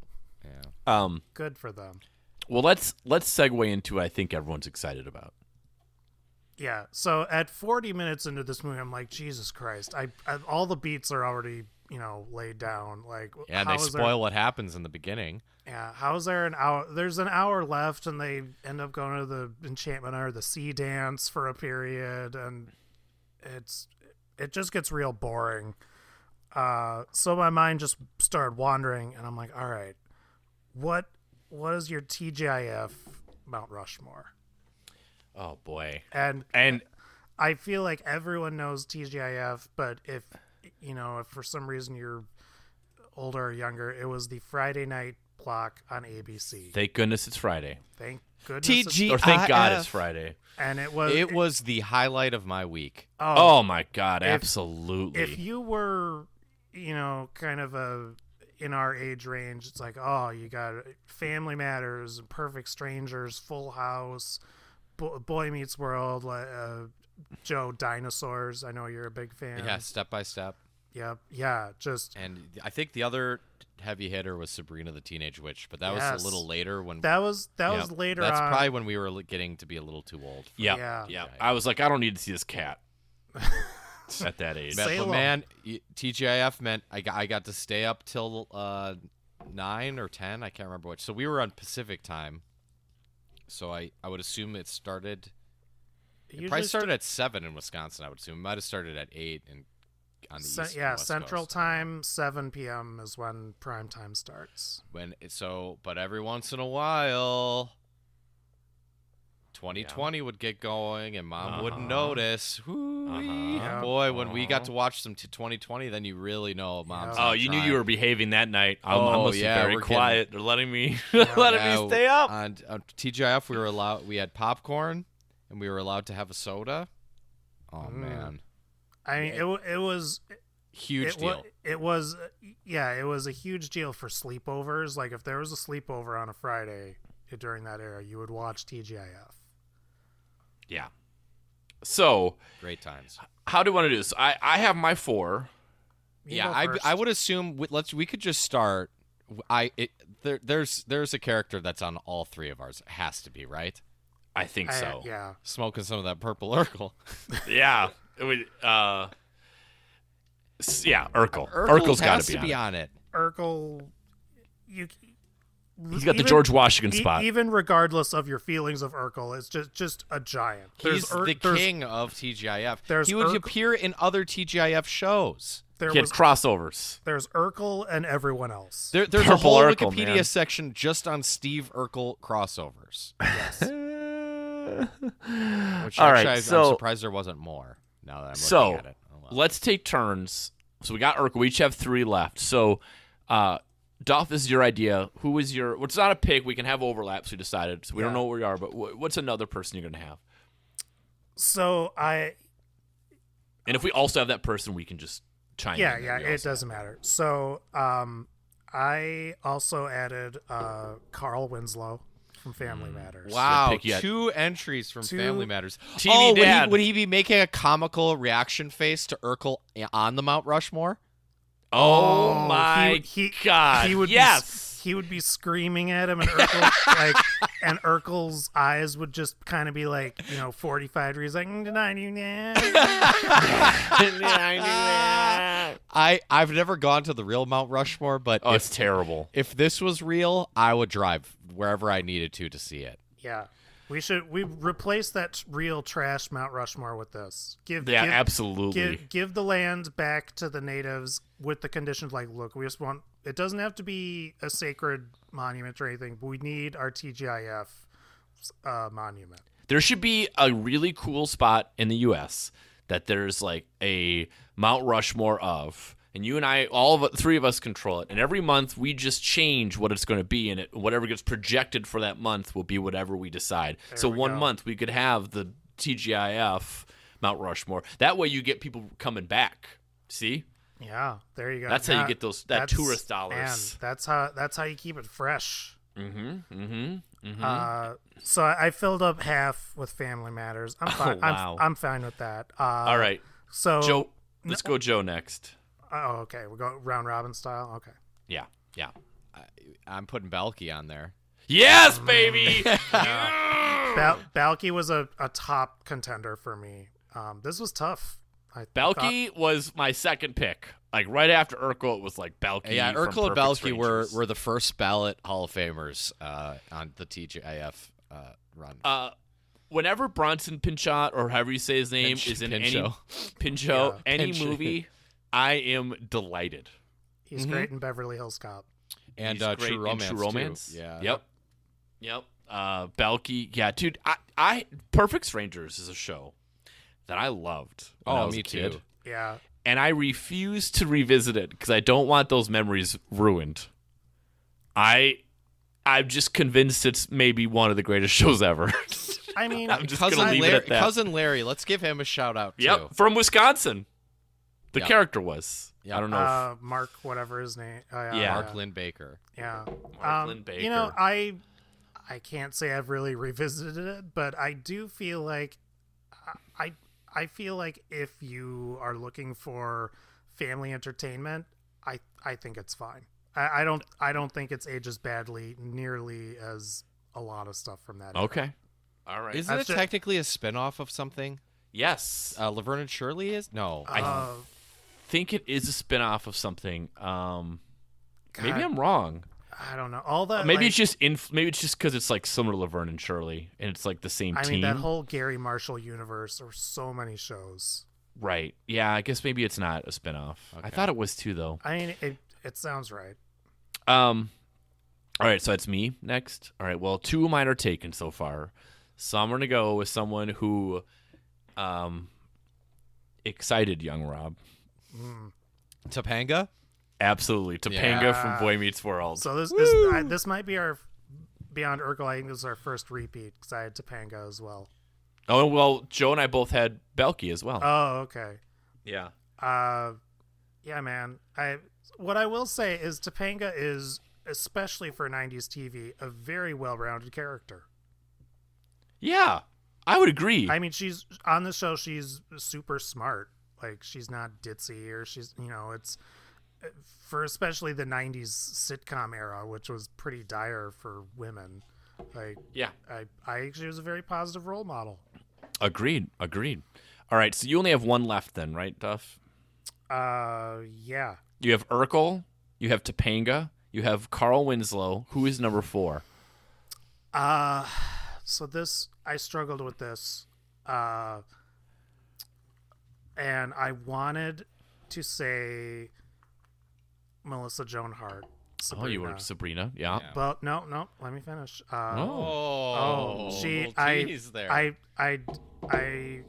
Speaker 3: Yeah.
Speaker 1: Um,
Speaker 2: Good for them.
Speaker 1: well, let's let's segue into what I think everyone's excited about.
Speaker 2: Yeah. So at 40 minutes into this movie, I'm like, Jesus Christ! I, I all the beats are already you know laid down. Like,
Speaker 3: Yeah, and
Speaker 2: how
Speaker 3: they
Speaker 2: is
Speaker 3: spoil
Speaker 2: There,
Speaker 3: what happens in the beginning.
Speaker 2: yeah. How is there an hour? There's an hour left, and they end up going to the enchantment or the sea dance for a period, and it's it just gets real boring. Uh, so my mind just started wandering, and I'm like, all right, what what is your TGIF Mount Rushmore?
Speaker 1: Oh boy.
Speaker 2: And
Speaker 1: And
Speaker 2: I feel like everyone knows TGIF, but if you know, if for some reason you're older or younger, it was the Friday night block on ABC.
Speaker 1: thank goodness it's Friday,
Speaker 2: Thank goodness. it's-
Speaker 3: TG.
Speaker 1: or thank God it's
Speaker 3: IF.
Speaker 1: Friday.
Speaker 2: And it was
Speaker 3: It was the highlight of my week.
Speaker 2: oh,
Speaker 1: Oh my God, absolutely.
Speaker 2: if you were, you know, kind of a in our age range, it's like, oh, you got Family Matters, Perfect Strangers, Full House, Bo- Boy Meets World, like, uh, Joe Dinosaurs. I know you're a big fan.
Speaker 3: Yeah, step by step.
Speaker 2: Yep. Yeah. Just
Speaker 3: And I think the other heavy hitter was Sabrina the Teenage Witch, but that was
Speaker 2: Yes.
Speaker 3: a little later when
Speaker 2: That was that
Speaker 3: Yeah,
Speaker 2: was later
Speaker 3: That's
Speaker 2: on.
Speaker 3: probably when we were li- getting to be a little too old.
Speaker 1: yeah, yeah,
Speaker 2: yeah.
Speaker 1: I was like, I don't need to see this cat at that age.
Speaker 3: But- But
Speaker 2: Salem.
Speaker 3: man, y- TGIF meant I got, I got to stay up till uh, nine or ten. I can't remember which. So we were on Pacific time. So I, I would assume it started.
Speaker 2: It
Speaker 3: It probably
Speaker 2: usually
Speaker 3: started at seven in Wisconsin. I would assume it might have started at eight and on the
Speaker 2: sta-
Speaker 3: east. and
Speaker 2: yeah,
Speaker 3: west
Speaker 2: Central
Speaker 3: coast.
Speaker 2: Time, 7 p.m. is when prime time starts.
Speaker 3: When it- so, but every once in a while, 2020 would get going, and mom wouldn't
Speaker 1: Uh-huh.
Speaker 3: notice. Whoo-wee.
Speaker 1: Uh-huh.
Speaker 3: Boy, when we got
Speaker 1: Uh-huh.
Speaker 3: to watch some t- 2020, then you really know mom's.
Speaker 1: Oh,
Speaker 3: on
Speaker 1: you knew
Speaker 3: time.
Speaker 1: you were behaving that night. I'm, I
Speaker 3: Oh,
Speaker 1: must be
Speaker 3: yeah,
Speaker 1: very
Speaker 3: we're getting-
Speaker 1: quiet. They're letting me, letting
Speaker 3: Yeah, uh,
Speaker 1: me stay up.
Speaker 3: On, on TGIF, we were allowed. We had popcorn, and we were allowed to have a soda. Oh
Speaker 2: Mm.
Speaker 3: man,
Speaker 2: I mean, it wa- it was
Speaker 3: huge
Speaker 2: it,
Speaker 3: deal.
Speaker 2: wa- it was yeah, it was a huge deal for sleepovers. Like if there was a sleepover on a Friday during that era, you would watch TGIF.
Speaker 1: yeah. So,
Speaker 3: Great times.
Speaker 1: how do you want to do this? I, I have my four.
Speaker 2: You
Speaker 3: yeah,
Speaker 2: go
Speaker 3: I,
Speaker 2: first.
Speaker 3: I would assume. We, let's we could just start. I it, there, there's there's a character that's on all three of ours. It has to be right.
Speaker 1: I think
Speaker 2: I-
Speaker 1: so.
Speaker 2: yeah.
Speaker 3: Smoking some of that purple Urkel.
Speaker 1: Yeah. It would, uh, s- yeah, Urkel. has got
Speaker 3: has
Speaker 1: to be, on.
Speaker 3: it.
Speaker 2: Urkel you
Speaker 1: it. He's got the George Washington
Speaker 2: e-
Speaker 1: spot.
Speaker 2: Even regardless of your feelings of Urkel, it's just just a giant. There's
Speaker 3: He's
Speaker 2: Ur-
Speaker 3: the
Speaker 2: there's,
Speaker 3: king of TGIF.
Speaker 2: there's
Speaker 3: he would
Speaker 2: Urkel-
Speaker 3: appear in other TGIF shows.
Speaker 2: There
Speaker 1: he had
Speaker 2: was
Speaker 1: crossovers.
Speaker 2: There's Urkel and everyone else.
Speaker 3: There, there's a
Speaker 1: Purple
Speaker 3: whole
Speaker 1: Urkel,
Speaker 3: Wikipedia
Speaker 1: man.
Speaker 3: section just on Steve Urkel crossovers. Which
Speaker 1: All right,
Speaker 3: actually, I- I'm
Speaker 1: so-
Speaker 3: surprised there wasn't more. Now that I'm looking
Speaker 1: So,
Speaker 3: at it. Oh, well.
Speaker 1: Let's take turns. So, we got Urkel. We each have three left. So, uh, Dolph, this is your idea. Who was your. Well, it's not a pick. We can have overlaps. We decided. So, we don't
Speaker 2: Yeah.
Speaker 1: know where we are, but wh- what's another person you're going to have?
Speaker 2: So I
Speaker 1: And if we also have that person, we can just chime
Speaker 2: yeah
Speaker 1: in.
Speaker 2: yeah it doesn't matter so um i also added uh carl winslow from family matters
Speaker 3: Wow,
Speaker 1: pick yet.
Speaker 3: two entries from
Speaker 2: Two-
Speaker 3: Family Matters.
Speaker 1: Teeny
Speaker 3: oh, would he,
Speaker 1: dad.
Speaker 3: would he be making a comical reaction face to Urkel on the Mount Rushmore?
Speaker 1: Oh,
Speaker 2: he-
Speaker 1: my god!
Speaker 2: He would
Speaker 1: yes.
Speaker 2: Be, he would be screaming at him, and Urkel like, and Urkel's eyes would just kind of be like, you know, forty-five degrees, like, "Mm, deny you now.
Speaker 3: I I've never gone to the real Mount Rushmore, but
Speaker 1: oh,
Speaker 3: if,
Speaker 1: it's terrible.
Speaker 3: if this was real, I would drive wherever I needed to to see it.
Speaker 2: yeah. We should we replace that t- real trash Mount Rushmore with this. Give
Speaker 1: Yeah,
Speaker 2: give,
Speaker 1: absolutely.
Speaker 2: give give the land back to the natives with the conditions like, look, we just want it doesn't have to be a sacred monument or anything, but we need our TGIF uh, monument.
Speaker 1: There should be a really cool spot in the U.S. that there's like a Mount Rushmore of, and you and I, all of three of us control it. And every month we just change what it's going to be, and it, whatever gets projected for that month will be whatever we decide. so one month we could have the TGIF Mount Rushmore. That way you get people coming back. See,
Speaker 2: Yeah, there you go.
Speaker 1: That's how you
Speaker 2: Now-
Speaker 1: get those- that
Speaker 2: that's-
Speaker 1: tourist dollars.
Speaker 2: man, that's how that's how you keep it fresh.
Speaker 1: Mm-hmm. Mm-hmm. mm-hmm. Oh,
Speaker 2: Uh, so I I filled up half with Family Matters. I'm fine.
Speaker 1: wow.
Speaker 2: I'm, I'm fine with that. Uh,
Speaker 1: All right,
Speaker 2: So
Speaker 1: Joe. Let's go, Joe next.
Speaker 2: Oh, okay. We're going round robin style. Okay.
Speaker 1: Yeah. Yeah.
Speaker 3: I'm putting Balky on there.
Speaker 1: Yes, baby.
Speaker 2: Bal- Balky was a, a top contender for me. Um, this was tough. I thought-
Speaker 1: Balky was my second pick. Like right after Urkel, it was like Balky.
Speaker 3: yeah,
Speaker 1: from
Speaker 3: Urkel and
Speaker 1: Perfect
Speaker 3: Balky were,
Speaker 1: Strangers.
Speaker 3: were the first ballot Hall of Famers uh, on the TGIF uh, run.
Speaker 1: Uh, whenever Bronson Pinchot or however you say his name
Speaker 3: Pinch-
Speaker 1: is in
Speaker 3: Pinchot.
Speaker 1: any Pinchot
Speaker 2: Yeah.
Speaker 1: any
Speaker 3: Pinch-
Speaker 1: movie, I am delighted.
Speaker 2: he's
Speaker 1: Mm-hmm.
Speaker 2: great in Beverly Hills Cop.
Speaker 3: and
Speaker 1: He's
Speaker 3: uh,
Speaker 1: great
Speaker 3: True
Speaker 1: in
Speaker 3: Romance. too.
Speaker 1: True Romance.
Speaker 3: Yeah.
Speaker 1: Yep. Yep. Uh, Balky. Yeah, dude. I, I Perfect Strangers is a show that I loved. when I
Speaker 3: Oh,
Speaker 1: was
Speaker 3: me
Speaker 1: a kid.
Speaker 3: too.
Speaker 2: Yeah.
Speaker 1: and I refuse to revisit it because I don't want those memories ruined. I I'm just convinced it's maybe one of the greatest shows ever.
Speaker 2: I mean,
Speaker 1: I'm just
Speaker 3: Cousin
Speaker 1: gonna leave
Speaker 3: Larry,
Speaker 1: it at that.
Speaker 3: Cousin Larry, let's give him a shout out too.
Speaker 1: yep, from Wisconsin. The
Speaker 3: Yep.
Speaker 1: character was.
Speaker 3: Yep.
Speaker 1: I don't know.
Speaker 2: uh, Mark, whatever his name. Uh,
Speaker 1: Yeah.
Speaker 3: Mark Lynn Baker.
Speaker 2: Yeah.
Speaker 1: Mark
Speaker 2: Um,
Speaker 1: Lynn
Speaker 2: You know,
Speaker 1: Baker.
Speaker 2: I I can't say I've really revisited it, but I do feel like I I- I feel like if you are looking for family entertainment, I I think it's fine. I, I don't I don't think it's ages badly nearly as a lot of stuff from that.
Speaker 1: if- okay. All right.
Speaker 3: Isn't
Speaker 2: That's
Speaker 3: it
Speaker 2: it.
Speaker 3: technically a spin-off of something?
Speaker 1: yes,
Speaker 3: Uh, Laverne and Shirley is? No.
Speaker 2: era.
Speaker 3: I,
Speaker 2: Uh,
Speaker 1: think it is a spin-off of something. Um, maybe
Speaker 2: God,
Speaker 1: I'm wrong.
Speaker 2: I don't know. All that
Speaker 1: Maybe
Speaker 2: like,
Speaker 1: it's just inf- maybe it's just because it's like similar to Laverne and Shirley, and it's like the same
Speaker 2: I
Speaker 1: team.
Speaker 2: mean that whole Gary Marshall universe. There were so many shows.
Speaker 1: right? Yeah, I guess maybe it's not a spin-off. I
Speaker 3: Okay.
Speaker 1: thought it was too though.
Speaker 2: I mean it it sounds right.
Speaker 1: Um. All right, so it's me next. All right, well, two of mine are taken so far. So I'm gonna go with someone who, um, excited young Rob.
Speaker 3: Topanga?
Speaker 1: Absolutely, Topanga
Speaker 2: Yeah.
Speaker 1: from Boy Meets World.
Speaker 2: So this this, I, this might be our beyond Urkel. I think this is our first repeat because I had Topanga as well.
Speaker 1: oh well, Joe and I both had Belky as well.
Speaker 2: Oh, okay.
Speaker 1: yeah.
Speaker 2: Uh, yeah, man. I what I will say is Topanga is especially for '90s TV a very well-rounded character.
Speaker 1: Yeah, I would agree.
Speaker 2: I mean, she's on the show. She's super smart. Like she's not ditzy or she's you know it's for especially the '90s sitcom era, which was pretty dire for women. Like
Speaker 1: yeah,
Speaker 2: I, I actually was a very positive role model.
Speaker 1: agreed, agreed. All right, so you only have one left then, right, Duff?
Speaker 2: Uh, yeah.
Speaker 1: You have Urkel, you have Topanga, you have Carl Winslow, who is number four.
Speaker 2: Uh, so this I struggled with this, uh, and I wanted to say Melissa Joan Hart.
Speaker 1: Oh, you were
Speaker 2: Sabrina.
Speaker 1: Sabrina. Yeah.
Speaker 3: Yeah.
Speaker 2: But no, no. Let me finish. Uh,
Speaker 1: Oh.
Speaker 3: Oh,
Speaker 2: she,
Speaker 3: little
Speaker 2: I,
Speaker 3: tease there.
Speaker 2: I, I, I,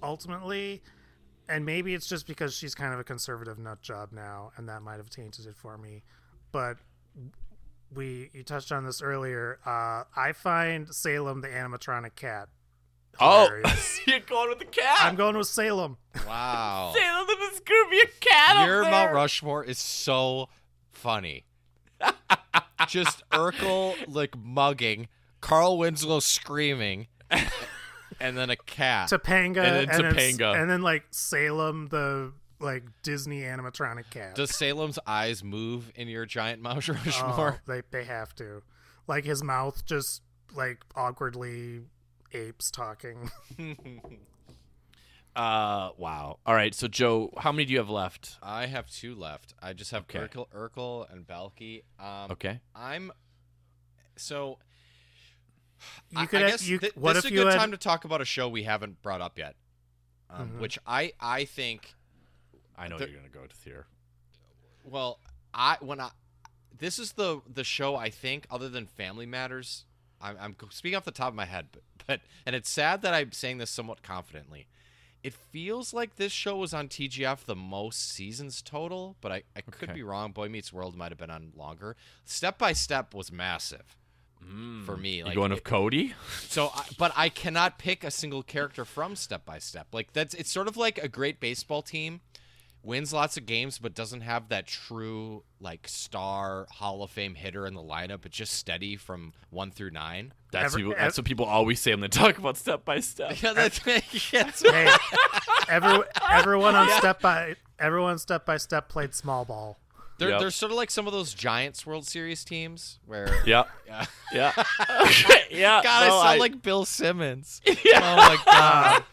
Speaker 2: ultimately, and maybe it's just because she's kind of a conservative nut job now, and that might have tainted it for me. But we, you touched on this earlier. Uh, I find Salem the animatronic cat hilarious.
Speaker 1: Oh, you're going with the cat.
Speaker 2: I'm going with Salem.
Speaker 3: Wow.
Speaker 1: Salem and the Scooby a cat up
Speaker 3: Your
Speaker 1: there.
Speaker 3: Mount Rushmore is so funny. Just Urkel like mugging, Carl Winslow screaming, and then a cat.
Speaker 2: Topanga
Speaker 1: And then
Speaker 2: it's-
Speaker 1: Topanga.
Speaker 2: and then like Salem, the like Disney animatronic cat.
Speaker 3: Does Salem's eyes move in your giant Mount
Speaker 2: Oh,
Speaker 3: Rushmore?
Speaker 2: they they have to, like his mouth just like awkwardly apes talking.
Speaker 1: Uh, wow. All right. So Joe, how many do you have left?
Speaker 3: I have two left. I just have
Speaker 1: Okay.
Speaker 3: Urkel, Urkel, and Balky. Um,
Speaker 1: Okay.
Speaker 3: I'm so.
Speaker 2: You
Speaker 3: I-
Speaker 2: could
Speaker 3: I
Speaker 2: have-
Speaker 3: guess
Speaker 2: you-
Speaker 3: thi-
Speaker 2: what if
Speaker 3: this is a
Speaker 2: you
Speaker 3: good
Speaker 2: had-
Speaker 3: time to talk about a show we haven't brought up yet, um,
Speaker 2: Mhm.
Speaker 3: which I I think
Speaker 1: I know
Speaker 3: The-
Speaker 1: you're gonna go to here.
Speaker 3: well I when I this is the the show I think other than Family Matters I'm, I'm speaking off the top of my head but but and it's sad that I'm saying this somewhat confidently. It feels like this show was on TGF the most seasons total, but I, I could
Speaker 1: Okay.
Speaker 3: be wrong. Boy Meets World might have been on longer. Step by Step was massive for me.
Speaker 1: Mm. you
Speaker 3: Like,
Speaker 1: going
Speaker 3: it-
Speaker 1: with Cody?
Speaker 3: So, I, but I cannot pick a single character from Step by Step. Like that's it's sort of like a great baseball team wins lots of games but doesn't have that true like star Hall of Fame hitter in the lineup. It's just steady from one through nine.
Speaker 1: That's
Speaker 2: Every-
Speaker 1: who, that's what people always say when they talk about step by step.
Speaker 3: Yeah, that's, yeah, that's-
Speaker 2: Hey, every, everyone on step by everyone step by step played small ball.
Speaker 3: they're
Speaker 1: Yep.
Speaker 3: they're sort of like some of those Giants World Series teams where.
Speaker 1: Yeah.
Speaker 3: Yeah.
Speaker 1: Yeah. Okay, yeah.
Speaker 3: God, I
Speaker 1: Uh, no,
Speaker 3: sound like Bill Simmons. Oh my God!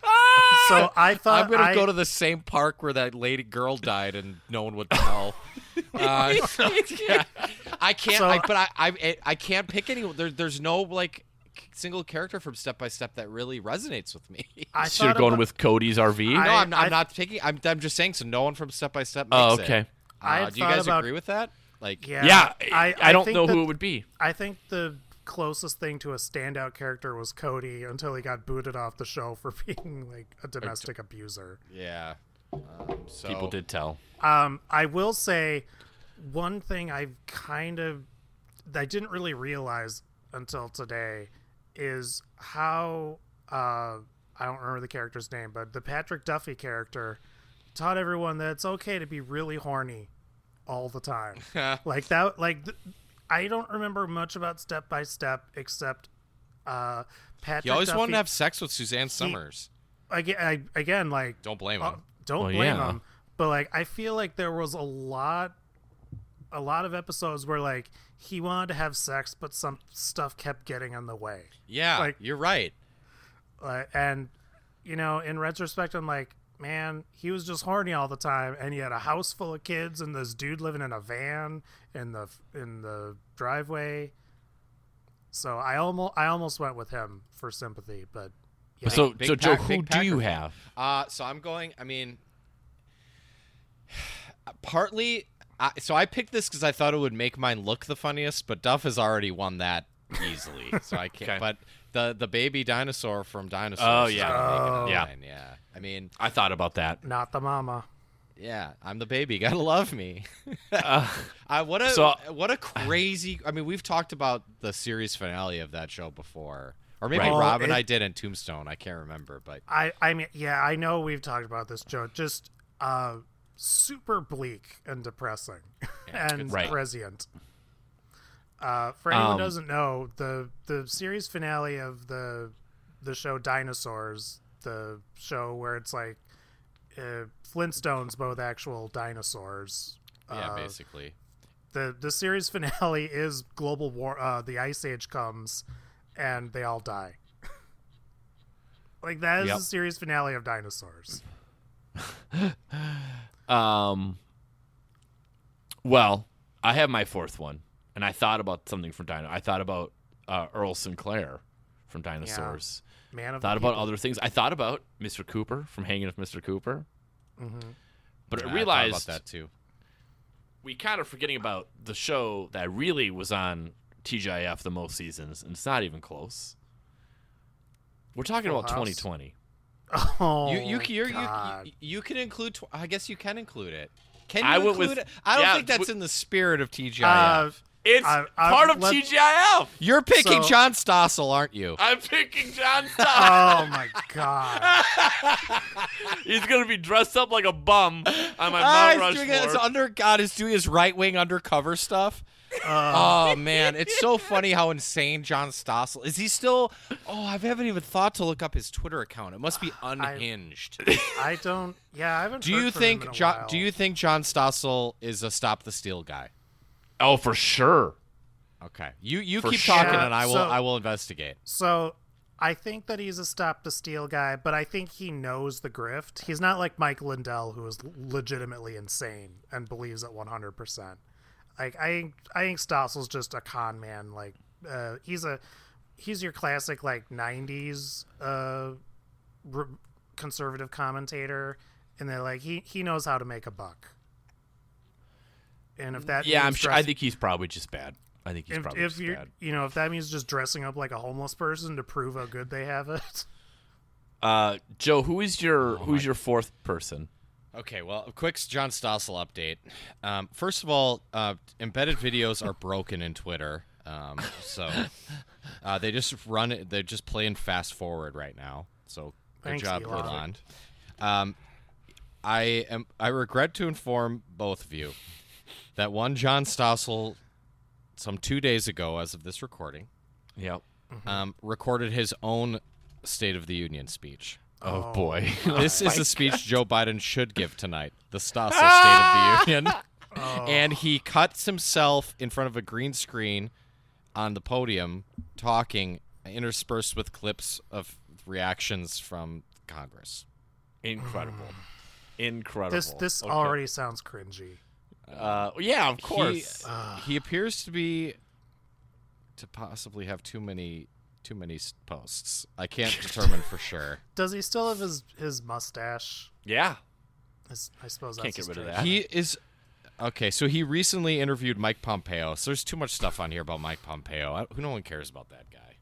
Speaker 2: So I thought
Speaker 3: I'm gonna
Speaker 2: Uh, I-
Speaker 3: go to the same park where that lady girl died, and no one would tell. Uh, so, yeah. I can't,
Speaker 2: So-
Speaker 3: I, but I, I, I can't pick any. There, there's no like c- single character from Step by Step that really resonates with me.
Speaker 2: I
Speaker 1: so you're
Speaker 2: thought
Speaker 1: going
Speaker 2: about-
Speaker 1: with Cody's RV?
Speaker 3: no,
Speaker 2: I-
Speaker 3: I'm, I'm not taking. I'm, I'm just saying. So no one from Step by Step. Makes
Speaker 1: oh,
Speaker 3: it.
Speaker 1: okay.
Speaker 2: I
Speaker 3: Uh,
Speaker 2: had
Speaker 3: do you
Speaker 2: thought
Speaker 3: guys
Speaker 2: about-
Speaker 3: agree with that? Like,
Speaker 2: Yeah,
Speaker 1: Yeah. I, I, don't
Speaker 2: think
Speaker 1: know
Speaker 2: that-
Speaker 1: who it would be.
Speaker 2: I think the closest thing to a standout character was Cody until he got booted off the show for being like a domestic abuser.
Speaker 3: yeah. Um, so
Speaker 1: People did tell.
Speaker 2: Um, I will say one thing I've kind of that I didn't really realize until today is how uh, I don't remember the character's name, but the Patrick Duffy character taught everyone that it's okay to be really horny all the time. like that, like th- I don't remember much about Step by Step except uh, Patrick.
Speaker 3: He always
Speaker 2: Duffy,
Speaker 3: wanted to have sex with Suzanne Summers.
Speaker 2: again, I, again like
Speaker 3: Don't blame
Speaker 2: uh,
Speaker 3: him.
Speaker 2: don't
Speaker 1: Well,
Speaker 2: blame
Speaker 1: yeah.
Speaker 2: him. But like, I feel like there was a lot, a lot of episodes where like he wanted to have sex, but some stuff kept getting in the way.
Speaker 3: Yeah,
Speaker 2: like-
Speaker 3: you're right.
Speaker 2: Uh, and you know, in retrospect, I'm like, man, he was just horny all the time, and he had a house full of kids, and this dude living in a van in the in the driveway. So I almost I almost went with him for sympathy, but yeah.
Speaker 1: so,
Speaker 3: big
Speaker 1: so Joe,
Speaker 3: pack-
Speaker 1: who
Speaker 3: big
Speaker 1: do you
Speaker 3: packer.
Speaker 1: have?
Speaker 3: Uh, so I'm going. I mean, partly. I, so I picked this because I thought it would make mine look the funniest, but Duff has already won that easily, so I can't.
Speaker 1: Okay.
Speaker 3: But the the baby dinosaur from Dinosaurs.
Speaker 1: Oh,
Speaker 3: is
Speaker 1: yeah.
Speaker 3: gonna make it
Speaker 1: Oh.
Speaker 3: mine, yeah. I mean,
Speaker 1: I thought about that.
Speaker 2: not the mama.
Speaker 3: yeah. I'm the baby. Gotta love me.
Speaker 1: Uh,
Speaker 3: Uh, what a
Speaker 1: So-
Speaker 3: what a crazy. I mean, we've talked about the series finale of that show before, or maybe
Speaker 1: Right.
Speaker 2: Oh,
Speaker 3: Rob and
Speaker 2: it-
Speaker 3: I did in Tombstone. I can't remember, but
Speaker 2: I I mean yeah, I know we've talked about this Joe. Just uh super bleak and depressing
Speaker 3: Yeah,
Speaker 2: and
Speaker 1: good Right.
Speaker 2: prescient. Uh for anyone
Speaker 1: Um,
Speaker 2: who doesn't know, the the series finale of the the show Dinosaurs, the show where it's like uh, Flintstones both actual dinosaurs.
Speaker 3: yeah,
Speaker 2: uh,
Speaker 3: basically.
Speaker 2: the the series finale is global war uh the ice age comes and they all die like that is
Speaker 1: Yep.
Speaker 2: the series finale of dinosaurs
Speaker 1: Um. Well, I have my fourth one, and I thought about something from Dino. I thought about uh, Earl Sinclair from Dinosaurs.
Speaker 2: man of
Speaker 1: Thought
Speaker 2: the
Speaker 1: about other things. I thought about Mr. Cooper from Hanging with Mr. Cooper,
Speaker 2: Mhm.
Speaker 1: but I
Speaker 3: thought
Speaker 1: realized
Speaker 3: about that too.
Speaker 1: we kind of forgetting about the show that really was on TGIF the most seasons, and it's not even close. We're talking
Speaker 2: Full
Speaker 1: about
Speaker 2: House?
Speaker 1: 2020.
Speaker 2: people. oh
Speaker 3: You you c- you're, you
Speaker 2: God.
Speaker 3: you you can include. Tw- I guess you can include it. Can you
Speaker 1: I went
Speaker 3: include
Speaker 1: with-
Speaker 3: it? I don't
Speaker 1: yeah,
Speaker 3: think that's
Speaker 1: w-
Speaker 3: in the spirit of TGIF.
Speaker 2: uh,
Speaker 1: It's
Speaker 2: I- I-
Speaker 1: part of
Speaker 2: let-
Speaker 1: TGIF.
Speaker 3: You're picking
Speaker 2: So-
Speaker 3: John Stossel, aren't you?
Speaker 1: I'm picking John Stossel.
Speaker 2: Oh my god.
Speaker 1: He's gonna be dressed up like a bum on my
Speaker 3: Ah,
Speaker 1: Mount
Speaker 3: he's doing his
Speaker 1: Rushmore.
Speaker 3: under God is doing his right wing undercover stuff.
Speaker 2: Uh.
Speaker 3: oh man, it's so funny how insane John Stossel is. He still? Oh, I haven't even thought to look up his Twitter account. It must be unhinged.
Speaker 2: I don't. Yeah, I haven't.
Speaker 3: do
Speaker 2: heard
Speaker 3: you
Speaker 2: from him in
Speaker 3: think
Speaker 2: a
Speaker 3: John?
Speaker 2: while.
Speaker 3: Do you think John Stossel is a stop the steal guy?
Speaker 1: Oh, for sure.
Speaker 3: Okay, you you
Speaker 1: For
Speaker 3: keep
Speaker 1: sure.
Speaker 3: talking, and I will
Speaker 2: So-
Speaker 3: I will investigate.
Speaker 2: So, I think that he's a stop the steal guy, but I think he knows the grift. He's not like Mike Lindell, who is legitimately insane and believes it one hundred percent. Like I, think- I think Stossel's just a con man. Like uh, he's a, he's your classic like '90s uh, re- conservative commentator, and they're like he he knows how to make a buck. And if that
Speaker 1: Yeah, I'm
Speaker 2: means
Speaker 1: sure. I
Speaker 2: dressing-
Speaker 1: think he's probably just bad. I think he's
Speaker 2: if,
Speaker 1: probably
Speaker 2: if
Speaker 1: just
Speaker 2: you're
Speaker 1: bad.
Speaker 2: you know if that means just dressing up like a homeless person to prove how good they have it
Speaker 1: Uh, Joe, who is your who's your fourth person?
Speaker 3: Okay, well, a quick John Stossel update. Um, first of all, uh, embedded videos are broken in Twitter, um, so uh, they just run it. They're just playing fast forward right now. So good
Speaker 2: Thanks,
Speaker 3: job,
Speaker 2: Elon.
Speaker 3: Elon. Um, I am. I regret to inform both of you that one John Stossel, some two days ago, as of this recording,
Speaker 1: Yep.
Speaker 2: Mm-hmm.
Speaker 3: um, recorded his own State of the Union speech.
Speaker 1: Oh, boy.
Speaker 3: This is the speech Joe Biden should give tonight, the Stossel State of the Union. And he cuts himself in front of a green screen on the podium talking, interspersed with clips of reactions from Congress.
Speaker 1: Incredible. Incredible.
Speaker 2: this this
Speaker 1: Okay.
Speaker 2: already sounds cringy
Speaker 1: Uh, yeah, of course.
Speaker 3: He, he appears to be to possibly have too many too many s- posts. I can't determine for sure.
Speaker 2: does he still have his his mustache
Speaker 1: yeah.
Speaker 2: His- i suppose
Speaker 1: Can't
Speaker 2: that's
Speaker 1: get rid
Speaker 2: his
Speaker 1: of
Speaker 2: trade.
Speaker 1: that.
Speaker 3: He is okay. So he recently interviewed Mike Pompeo. So there's too much stuff on here about Mike Pompeo. I, who no one cares about that guy.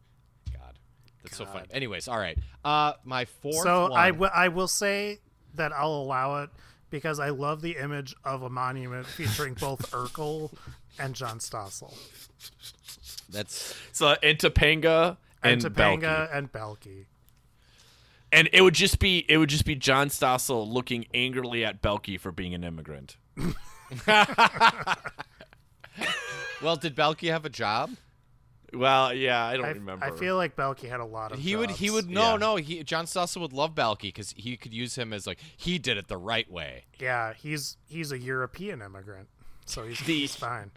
Speaker 3: God, that's so funny. Anyways, all right. Uh, my fourth.
Speaker 2: so
Speaker 3: one,
Speaker 2: I, w- I will say that i'll allow it because i love the image of a monument featuring both urkel and john stossel
Speaker 3: that's
Speaker 1: So and Topanga and,
Speaker 2: and
Speaker 1: Belki.
Speaker 2: Topanga and Belky.
Speaker 1: and it would just be it would just be John Stossel looking angrily at Belky for being an immigrant.
Speaker 3: well. Did Belky have a job?
Speaker 1: Well, yeah, I don't
Speaker 2: I,
Speaker 1: remember.
Speaker 2: I feel like Belky had a lot of
Speaker 3: He would. He
Speaker 2: jobs.
Speaker 3: would. No,
Speaker 1: Yeah.
Speaker 3: no. He John Stossel would love Belky because he could use him as like he did it the right way.
Speaker 2: yeah he's he's a european immigrant so he's,
Speaker 1: The-
Speaker 2: he's fine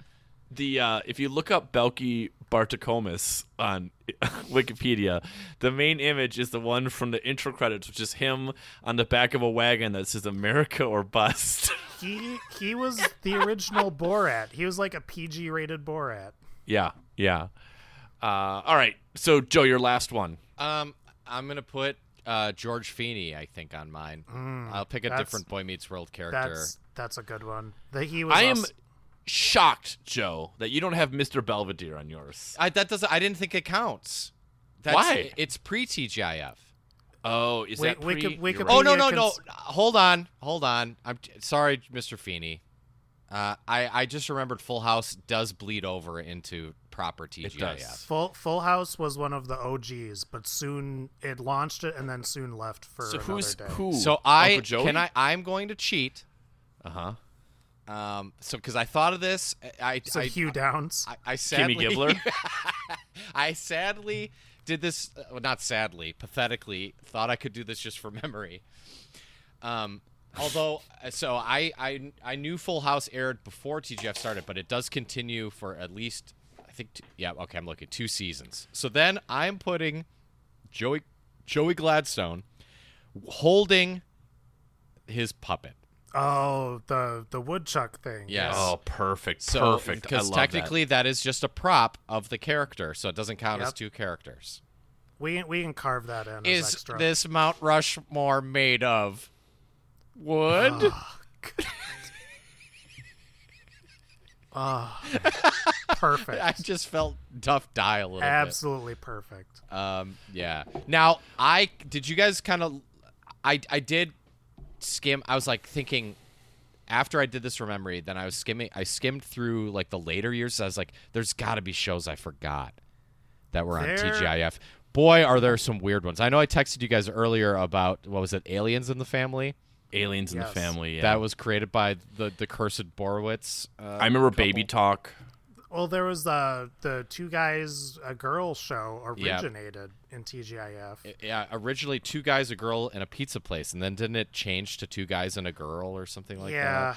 Speaker 1: the uh, if you look up Belky Barticomis on Wikipedia, the main image is the one from the intro credits, which is him on the back of a wagon that says "America or Bust."
Speaker 2: He he was the original Borat. He was like a PG rated Borat.
Speaker 1: yeah, yeah. Uh, all right, so Joe, your last one.
Speaker 3: Um, I'm gonna put uh George Feeney. I think on mine. I'll pick a
Speaker 2: Mm, that's-
Speaker 3: different Boy Meets World character.
Speaker 2: That's that's a good one. That he was.
Speaker 1: I am
Speaker 2: also-
Speaker 1: shocked, Joe, that you don't have Mr. Belvedere on yours.
Speaker 3: I that doesn't. I didn't think it counts. That's,
Speaker 1: Why?
Speaker 3: It's pre TGIF.
Speaker 1: Oh, is
Speaker 2: Wait,
Speaker 1: that pre?
Speaker 2: Wiki-
Speaker 1: You're
Speaker 2: Wikipedia-
Speaker 1: right.
Speaker 3: Oh no
Speaker 2: yeah,
Speaker 3: no
Speaker 2: cons-
Speaker 3: no! Hold on, hold on. I'm t- sorry, Mr. Feeney. Uh, I I just remembered Full House does bleed over into proper TGIF.
Speaker 1: does.
Speaker 2: Full Full House was one of the OGs, but soon it launched it and then soon left for
Speaker 1: So
Speaker 2: another
Speaker 1: who's
Speaker 2: day.
Speaker 1: who?
Speaker 3: So I
Speaker 1: Uncle Joey?
Speaker 3: can I I'm going to cheat.
Speaker 1: Uh huh.
Speaker 3: Um, so because I thought of this, I
Speaker 2: So
Speaker 3: I,
Speaker 2: Hugh Downs.
Speaker 3: I, I sadly
Speaker 1: Kimmy Gibbler.
Speaker 3: I sadly did this. uh, Well, not sadly, pathetically thought I could do this just for memory. Um, although, uh, so I, I I knew Full House aired before TGF started, but it does continue for at least I think. Two, yeah, okay, I'm looking two seasons. So then I'm putting Joey Joey Gladstone holding his puppet.
Speaker 2: oh, the the woodchuck thing.
Speaker 3: Yes.
Speaker 1: Oh, perfect,
Speaker 3: So,
Speaker 1: perfect. I
Speaker 3: Because
Speaker 1: love that.
Speaker 3: technically, that is just a prop of the character, so it doesn't count as
Speaker 2: Yep.
Speaker 3: two characters.
Speaker 2: we we can carve that in. as
Speaker 3: is
Speaker 2: extra.
Speaker 3: this Mount Rushmore made of? Wood? I
Speaker 2: Ah. perfect?
Speaker 3: just felt Duff die a little
Speaker 2: Absolutely perfect.
Speaker 3: bit. Um, yeah. Now, I did you guys kind of? I I did skim. I was like thinking, after I did this from memory, then I was skimming. I skimmed through like the later years. I was like, "There's got to be shows I forgot that were on
Speaker 2: There-
Speaker 3: TGIF." Boy, are there some weird ones. I know I texted you guys earlier about what was it, Aliens in the Family?
Speaker 1: Aliens in
Speaker 2: Yes.
Speaker 1: the Family. Yeah.
Speaker 3: That was created by the the cursed Borowitz. Uh,
Speaker 1: I remember Baby Talk.
Speaker 2: Well, there was the the two guys a girl show
Speaker 3: Yeah.
Speaker 2: originated in TGIF.
Speaker 3: yeah, originally two guys, a girl, and a pizza place, and then didn't it change to two guys and a girl or something
Speaker 1: uh,
Speaker 3: like
Speaker 2: yeah.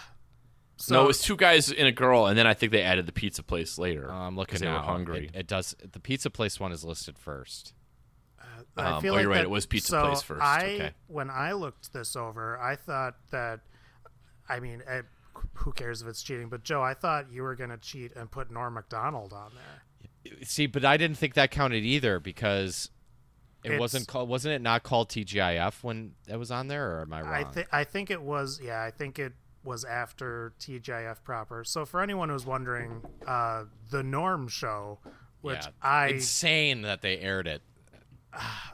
Speaker 2: So
Speaker 1: no, it was two guys and a girl, and then I think they added the pizza place later.
Speaker 3: that? Uh, I'm
Speaker 1: 'cause
Speaker 3: looking
Speaker 1: they
Speaker 3: now.
Speaker 1: were hungry.
Speaker 3: It, it does. The pizza place one is listed first.
Speaker 2: I
Speaker 1: Um,
Speaker 2: feel
Speaker 1: oh,
Speaker 2: like
Speaker 1: you're right,
Speaker 2: that-
Speaker 1: it was Pizza
Speaker 2: so
Speaker 1: Place first,
Speaker 2: I,
Speaker 1: okay.
Speaker 2: When I looked this over, I thought that, I mean, eh, who cares if it's cheating? But Joe, I thought you were going to cheat and put Norm Macdonald on there.
Speaker 3: See, but I didn't think that counted either because it
Speaker 2: It's-
Speaker 3: wasn't called. Wasn't it not called TGIF when it was on there? Or am I wrong?
Speaker 2: I think I think it was yeah, I think it was after TGIF proper. So for anyone who's wondering, uh, the Norm show, which
Speaker 3: Yeah.
Speaker 2: I
Speaker 3: insane that they aired it.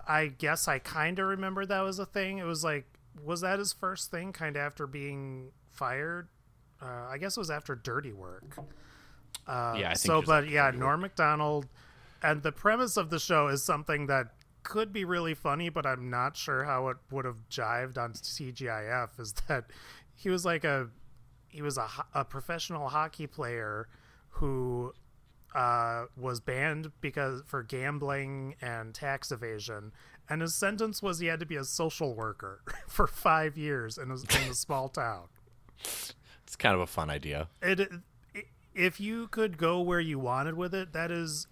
Speaker 2: I guess I kind of remember that was a thing. It was like, was that his first thing? Kind of after being fired. Uh, I guess it was after Dirty Work. Uh,
Speaker 1: Yeah, I think
Speaker 2: so,
Speaker 1: just
Speaker 2: but yeah, Norm Macdonald, and the premise of the show is something that could be really funny, but I'm not sure how it would have jived on CGIF. Is that he was like a he was a, ho- a professional hockey player who uh, was banned because for gambling and tax evasion, and his sentence was he had to be a social worker for five years in a, in a small town.
Speaker 1: It's kind of a fun idea.
Speaker 2: It, i if you could go where you wanted with it, that is,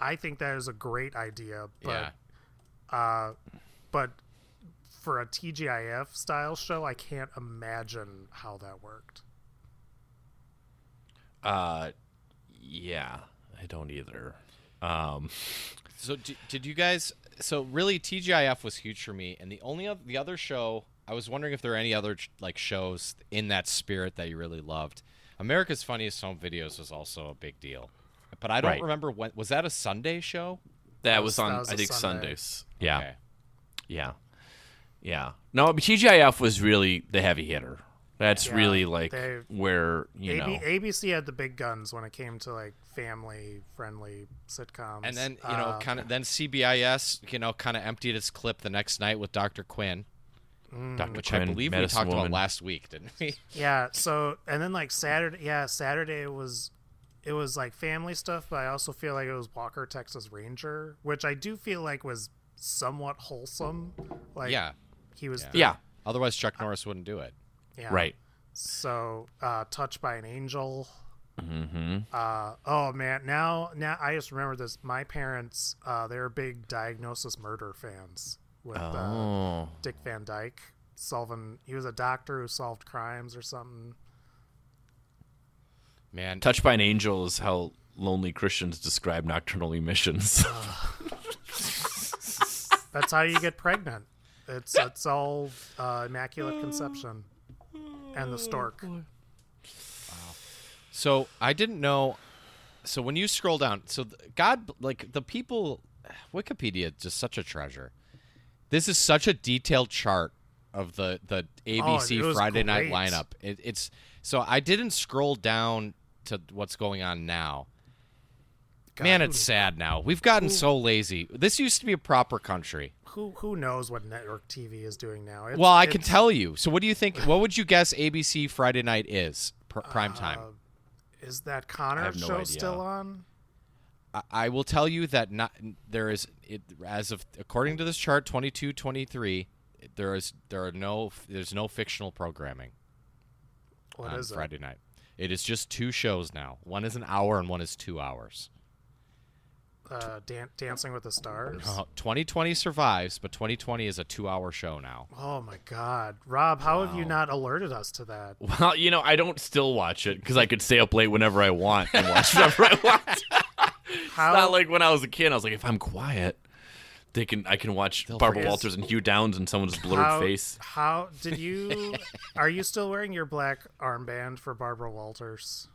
Speaker 2: I think that is a great idea. But
Speaker 3: yeah,
Speaker 2: but for a TGIF style show, I can't imagine how that worked.
Speaker 1: Uh, yeah, I don't either. Um,
Speaker 3: So d- did you guys? So really, TGIF was huge for me, and the only oth- the other show I was wondering if there are any other like shows in that spirit that you really loved. America's Funniest Home Videos was also a big deal, but I don't
Speaker 1: Right.
Speaker 3: remember when was that a Sunday show?
Speaker 1: that was
Speaker 2: was-
Speaker 1: on,
Speaker 2: that was
Speaker 1: I
Speaker 2: a
Speaker 1: think,
Speaker 2: Sunday.
Speaker 1: Sundays. Yeah,
Speaker 3: Okay.
Speaker 1: yeah, yeah. No, but TGIF was really the heavy hitter. That's
Speaker 2: Yeah,
Speaker 1: really like
Speaker 2: they-
Speaker 1: where you know.
Speaker 2: AB- ABC had the big guns when it came to like family friendly sitcoms.
Speaker 3: And then you know,
Speaker 2: Uh,
Speaker 3: kind of then CBIS, you know, kind of emptied its clip the next night with Dr. Quinn,
Speaker 1: Dr.
Speaker 3: which I
Speaker 1: Quinn,
Speaker 3: believe we
Speaker 1: Medicine
Speaker 3: talked
Speaker 1: Woman.
Speaker 3: about last week, didn't we?
Speaker 2: yeah so and then like saturday yeah saturday was it was like family stuff but i also feel like it was walker texas ranger which i do feel like was somewhat wholesome like
Speaker 3: yeah.
Speaker 2: he was the-
Speaker 1: Yeah,
Speaker 3: Otherwise, Chuck Norris wouldn't do it.
Speaker 2: yeah.
Speaker 1: right.
Speaker 2: so uh touched by an angel
Speaker 3: Mm-hmm.
Speaker 2: uh oh man now now i just remember this my parents uh they're big diagnosis murder fans with uh,
Speaker 1: Oh,
Speaker 2: Dick Van Dyke solving. He was a doctor who solved crimes or something.
Speaker 3: Man,
Speaker 1: touched by an angel is how lonely Christians describe nocturnal emissions.
Speaker 2: That's how you get pregnant. It's it's all uh, immaculate conception and the stork.
Speaker 3: So I didn't know. So when you scroll down, so th- God, like the people, Wikipedia, is just such a treasure. This is such a detailed chart of the the ABC
Speaker 2: Oh, it was
Speaker 3: Friday night
Speaker 2: great.
Speaker 3: lineup. It, it's so I didn't scroll down to what's going on now. Man,
Speaker 2: who-
Speaker 3: it's sad now. We've gotten so lazy. This used to be a proper country.
Speaker 2: Who who knows what network TV is doing now? It's,
Speaker 3: Well, I can
Speaker 2: it's,
Speaker 3: tell you. So what do you think? What would you guess ABC Friday night is pr- prime time?
Speaker 2: Uh, Is that Connor
Speaker 1: have no
Speaker 2: show
Speaker 1: idea.
Speaker 2: still on?
Speaker 3: I- I will tell you that not there is it as of according to this chart 22 23 there is there are no there's no fictional programming
Speaker 2: What
Speaker 3: on
Speaker 2: is it?
Speaker 3: Friday night. It is just two shows now. One is an hour and one is 2 hours.
Speaker 2: Uh, Dan- Dancing with the Stars.
Speaker 3: Uh, 2020 survives, but 2020 is a 2-hour show now.
Speaker 2: Oh my God, Rob, how have you not alerted us to that?
Speaker 1: well, you know, I don't still watch it because I could stay up late whenever I want and watch whatever I want.
Speaker 2: How
Speaker 1: Not like when I was a kid. I was like, if I'm quiet, they can I can watch Barbara
Speaker 2: forget.
Speaker 1: Walters and Hugh Downs and someone's blurred
Speaker 2: how,
Speaker 1: face.
Speaker 2: How did you? are you still wearing your black armband for Barbara Walters?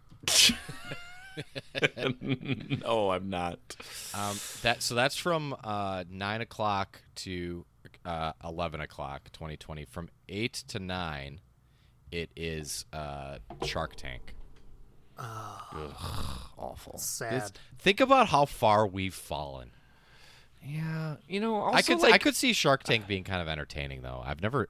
Speaker 1: no, I'm not.
Speaker 3: Um, that so that's from uh, 9 o'clock to uh, 11 o'clock 2020 from 8 to 9 it is uh, Shark Tank. Ugh, awful.
Speaker 2: Sad.
Speaker 3: This- think about how far we've fallen.
Speaker 1: Yeah, you know, also
Speaker 3: I could
Speaker 1: like
Speaker 3: I could see Shark Tank being kind of entertaining though. I've never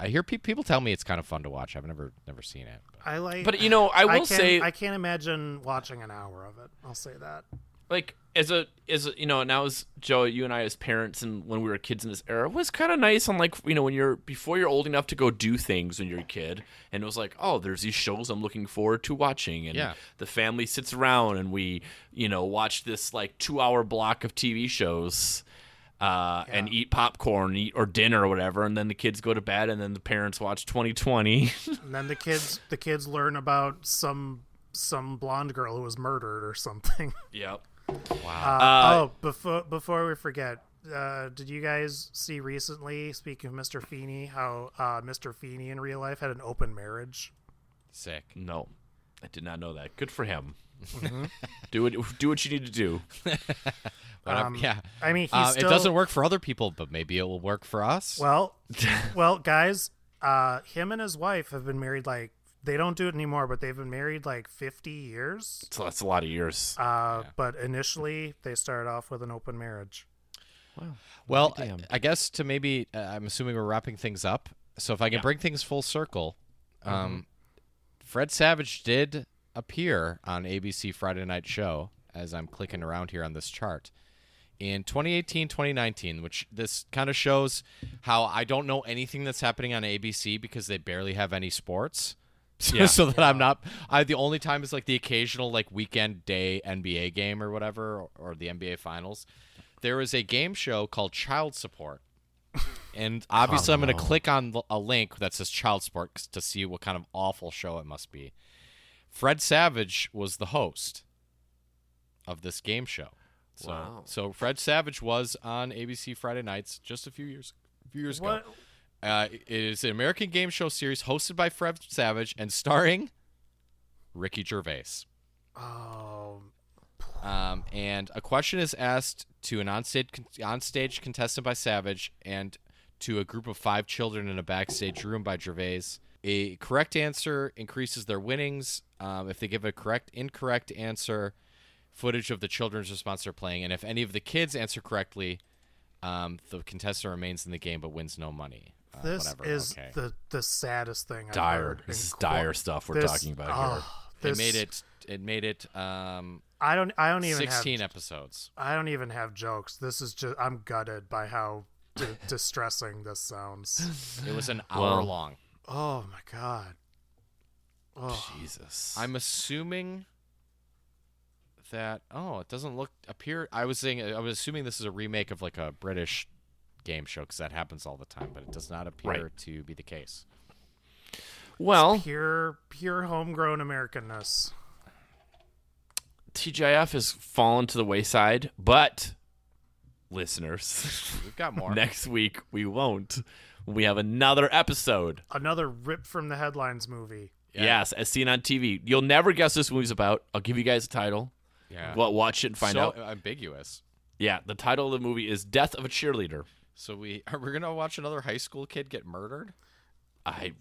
Speaker 3: I hear pe- people tell me it's kind of fun to watch. I've never never seen it. but-
Speaker 2: I like,
Speaker 1: But you know, I will
Speaker 2: can,
Speaker 1: say,
Speaker 2: I can't imagine watching an hour of it. I'll say that.
Speaker 1: like, as a, as a, you know, now as Joe, you and I as parents, and when we were kids in this era, it was kind of nice. On like, you know, when you're before you're old enough to go do things when you're a kid, and it was like, oh, there's these shows I'm looking forward to watching, and
Speaker 3: Yeah.
Speaker 1: the family sits around and we, you know, watch this like two hour block of TV shows. Uh, And eat popcorn eat, or dinner or whatever, and then the kids go to bed, and then the parents watch 2020.
Speaker 2: And then the kids, the kids learn about some some blonde girl who was murdered or something.
Speaker 1: yep.
Speaker 2: Uh,
Speaker 3: Wow.
Speaker 2: oh, before before we forget, uh, did you guys see recently? Speaking of Mr. Feeney, how uh, Mr. Feeney in real life had an open marriage.
Speaker 3: Sick.
Speaker 1: No, I did not know that. Good for him. do it. Do what you need to do.
Speaker 3: Whatever-
Speaker 2: Um,
Speaker 3: yeah.
Speaker 2: I mean, he
Speaker 3: Uh,
Speaker 2: still
Speaker 3: it doesn't work for other people, but maybe it will work for us.
Speaker 2: Well, well, guys, uh, him and his wife have been married like they don't do it anymore, but they've been married like fifty years.
Speaker 1: So that's a lot of years.
Speaker 2: Uh, But initially, they started off with an open marriage.
Speaker 3: Well, I, I guess to maybe uh, I'm assuming we're wrapping things up. So if I can
Speaker 1: Yeah.
Speaker 3: bring things full circle, um, Fred Savage did appear on ABC Friday Night Show as I'm clicking around here on this chart in 2018 2019 which this kind of shows how i don't know anything that's happening on abc because they barely have any sports so,
Speaker 1: Yeah.
Speaker 3: so that i'm not i the only time is like the occasional like weekend day nba game or whatever or, or the nba finals there is a game show called child support and obviously i'm going
Speaker 1: Oh,
Speaker 3: to click on l- a link that says child support 'cause- to see what kind of awful show it must be fred savage was the host of this game show so,
Speaker 1: Wow.
Speaker 3: so Fred Savage was on ABC Friday nights just a few years a few years
Speaker 2: What?
Speaker 3: ago. Uh, it is an American game show series hosted by Fred Savage and starring Ricky Gervais.
Speaker 2: Oh,
Speaker 3: Um, and a question is asked to an onstage con- onstage contestant by Savage and to a group of five children in a backstage room by Gervais. A correct answer increases their winnings. Um, if they give a correct incorrect answer, footage of the children's response are playing, and if any of the kids answer correctly, um, the contestant remains in the game but wins no money. Uh,
Speaker 2: this
Speaker 3: whatever,
Speaker 2: is
Speaker 3: okay.
Speaker 2: the the saddest thing. I've
Speaker 1: dire.
Speaker 2: heard
Speaker 1: This
Speaker 2: in
Speaker 1: is
Speaker 2: quite-
Speaker 1: dire stuff we're
Speaker 2: this-
Speaker 1: talking about here.
Speaker 2: oh,
Speaker 3: They
Speaker 2: this-
Speaker 3: made it. It made it. Um,
Speaker 2: I don't. I don't even
Speaker 3: sixteen
Speaker 2: have.
Speaker 3: episodes.
Speaker 2: I don't even have jokes. This is just. I'm gutted by how d- distressing this sounds.
Speaker 3: It was an hour
Speaker 1: Well,
Speaker 3: long.
Speaker 2: Oh my god. Oh,
Speaker 1: Jesus.
Speaker 3: I'm assuming that oh, it doesn't look appear. I was saying I was assuming this is a remake of like a British game show because that happens all the time, but it does not appear to be the case.
Speaker 1: well.
Speaker 2: pure pure homegrown Americanness.
Speaker 1: TGIF has fallen to the wayside, but listeners,
Speaker 3: We've got more.
Speaker 1: next week we won't. We have another episode.
Speaker 2: Another rip from the headlines movie.
Speaker 3: Yeah.
Speaker 1: Yes, as seen on TV. You'll never guess this movie's about. I'll give you guys a title.
Speaker 3: yeah,
Speaker 1: Well, watch it and find
Speaker 3: so uh,
Speaker 1: out.
Speaker 3: ambiguous.
Speaker 1: Yeah, the title of the movie is "Death of a Cheerleader."
Speaker 3: So we are we gonna watch another high school kid get murdered?
Speaker 1: I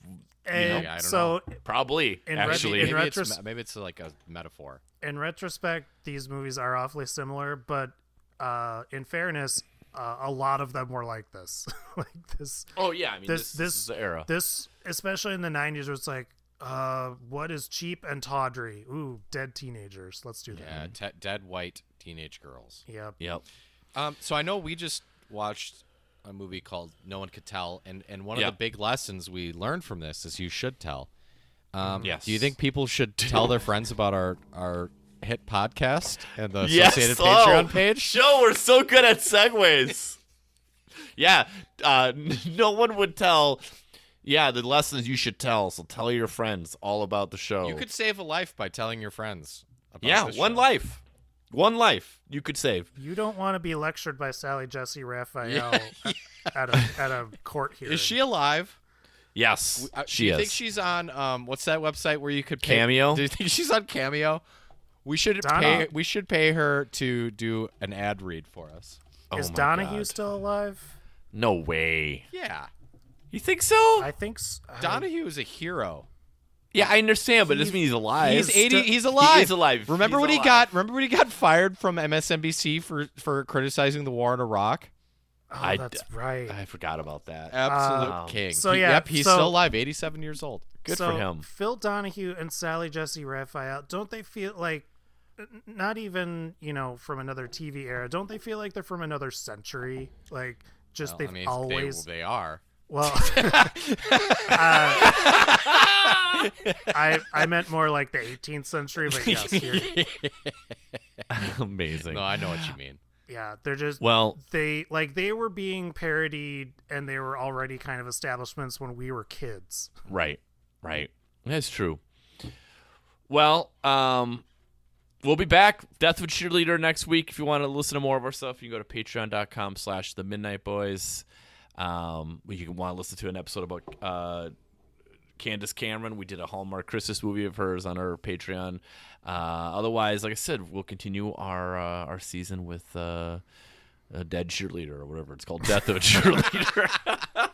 Speaker 2: And
Speaker 3: I don't
Speaker 2: so
Speaker 1: probably
Speaker 2: In ret-
Speaker 1: actually
Speaker 2: in
Speaker 3: maybe it's
Speaker 2: retros-
Speaker 3: me- maybe it's like a metaphor.
Speaker 2: in retrospect, these movies are awfully similar, but uh, in fairness, uh, a lot of them were like this. like this,
Speaker 1: Oh yeah, I mean this
Speaker 2: This- this-
Speaker 1: this, is the era.
Speaker 2: this, especially in the '90s, where it's like, uh, what is cheap and tawdry? Ooh, dead teenagers. Let's do that.
Speaker 1: Mm-hmm.
Speaker 3: Yeah, Uh, te- dead white teenage girls.
Speaker 2: Yep.
Speaker 1: yep.
Speaker 3: Um, so I know we just watched a movie called No One Could Tell, and and one
Speaker 1: Yeah.
Speaker 3: of the big lessons we learned from this is you should tell. Um,
Speaker 1: Mm. Yes.
Speaker 3: Do you think people should tell their friends about our our hit podcast and the
Speaker 1: Yes.
Speaker 3: associated
Speaker 1: oh,
Speaker 3: Patreon page?
Speaker 1: Show we're so good at segues. yeah. Uh, no one would tell. Yeah, the lessons you should tell. So tell your friends all about the show.
Speaker 3: You could save a life by telling your friends. About
Speaker 1: yeah,
Speaker 3: this
Speaker 1: one
Speaker 3: show.
Speaker 1: life, one life you could save.
Speaker 2: You don't want to be lectured by Sally Jesse Raphael at, a at a court hearing.
Speaker 3: Is she alive?
Speaker 1: Yes,
Speaker 3: I- do
Speaker 1: she
Speaker 3: uh, you
Speaker 1: is.
Speaker 3: think she's on um what's that website where you could pay,
Speaker 1: Cameo?
Speaker 3: Do you think she's on Cameo? We should
Speaker 2: Donna.
Speaker 3: pay we should pay her to do an ad read for us.
Speaker 1: Oh
Speaker 2: is
Speaker 1: my
Speaker 2: Donahue
Speaker 1: God.
Speaker 2: still alive?
Speaker 1: No way.
Speaker 3: Yeah.
Speaker 1: You think so?
Speaker 2: I think s- I-
Speaker 3: Donahue is a hero.
Speaker 1: yeah, I understand, but it doesn't mean he's alive.
Speaker 3: He's
Speaker 2: sti-
Speaker 3: eighty. He's alive.
Speaker 1: He is alive.
Speaker 3: Remember
Speaker 1: He's
Speaker 3: when he
Speaker 1: alive.
Speaker 3: got? Remember when he got fired from MSNBC for for criticizing the war in Iraq?
Speaker 2: oh,
Speaker 1: I-
Speaker 2: that's right.
Speaker 1: I forgot about that.
Speaker 3: Absolute
Speaker 1: Um,
Speaker 3: king.
Speaker 2: Oh. so
Speaker 3: He-
Speaker 2: yeah,
Speaker 3: yep, he's
Speaker 2: so-
Speaker 3: still alive, eighty-seven years old.
Speaker 1: Good
Speaker 2: so
Speaker 1: for him.
Speaker 2: Phil Donahue and Sally Jesse Raphael, don't they feel like n- not even, you know, from another TV era, don't they feel like they're from another century? Like just
Speaker 3: Well,
Speaker 2: they've
Speaker 3: I mean,
Speaker 2: always
Speaker 3: they, they are.
Speaker 2: well uh, I I meant more like the 18th century, but yes, you're,
Speaker 1: Amazing.
Speaker 3: No, I know what you mean.
Speaker 2: yeah, they're just
Speaker 1: well,
Speaker 2: they like they were being parodied and they were already kind of establishments when we were kids.
Speaker 1: right, right. That's true. Well, um, we'll be back. Death of a Cheerleader next week. If you want to listen to more of our stuff, you can go to patreon.com slash the Midnight Boys. Um, you can want to listen to an episode about uh, Candace Cameron. We did a Hallmark Christmas movie of hers on her Patreon. Uh, otherwise, like I said, we'll continue our uh, our season with uh, a dead cheerleader or whatever it's called, death of a cheerleader.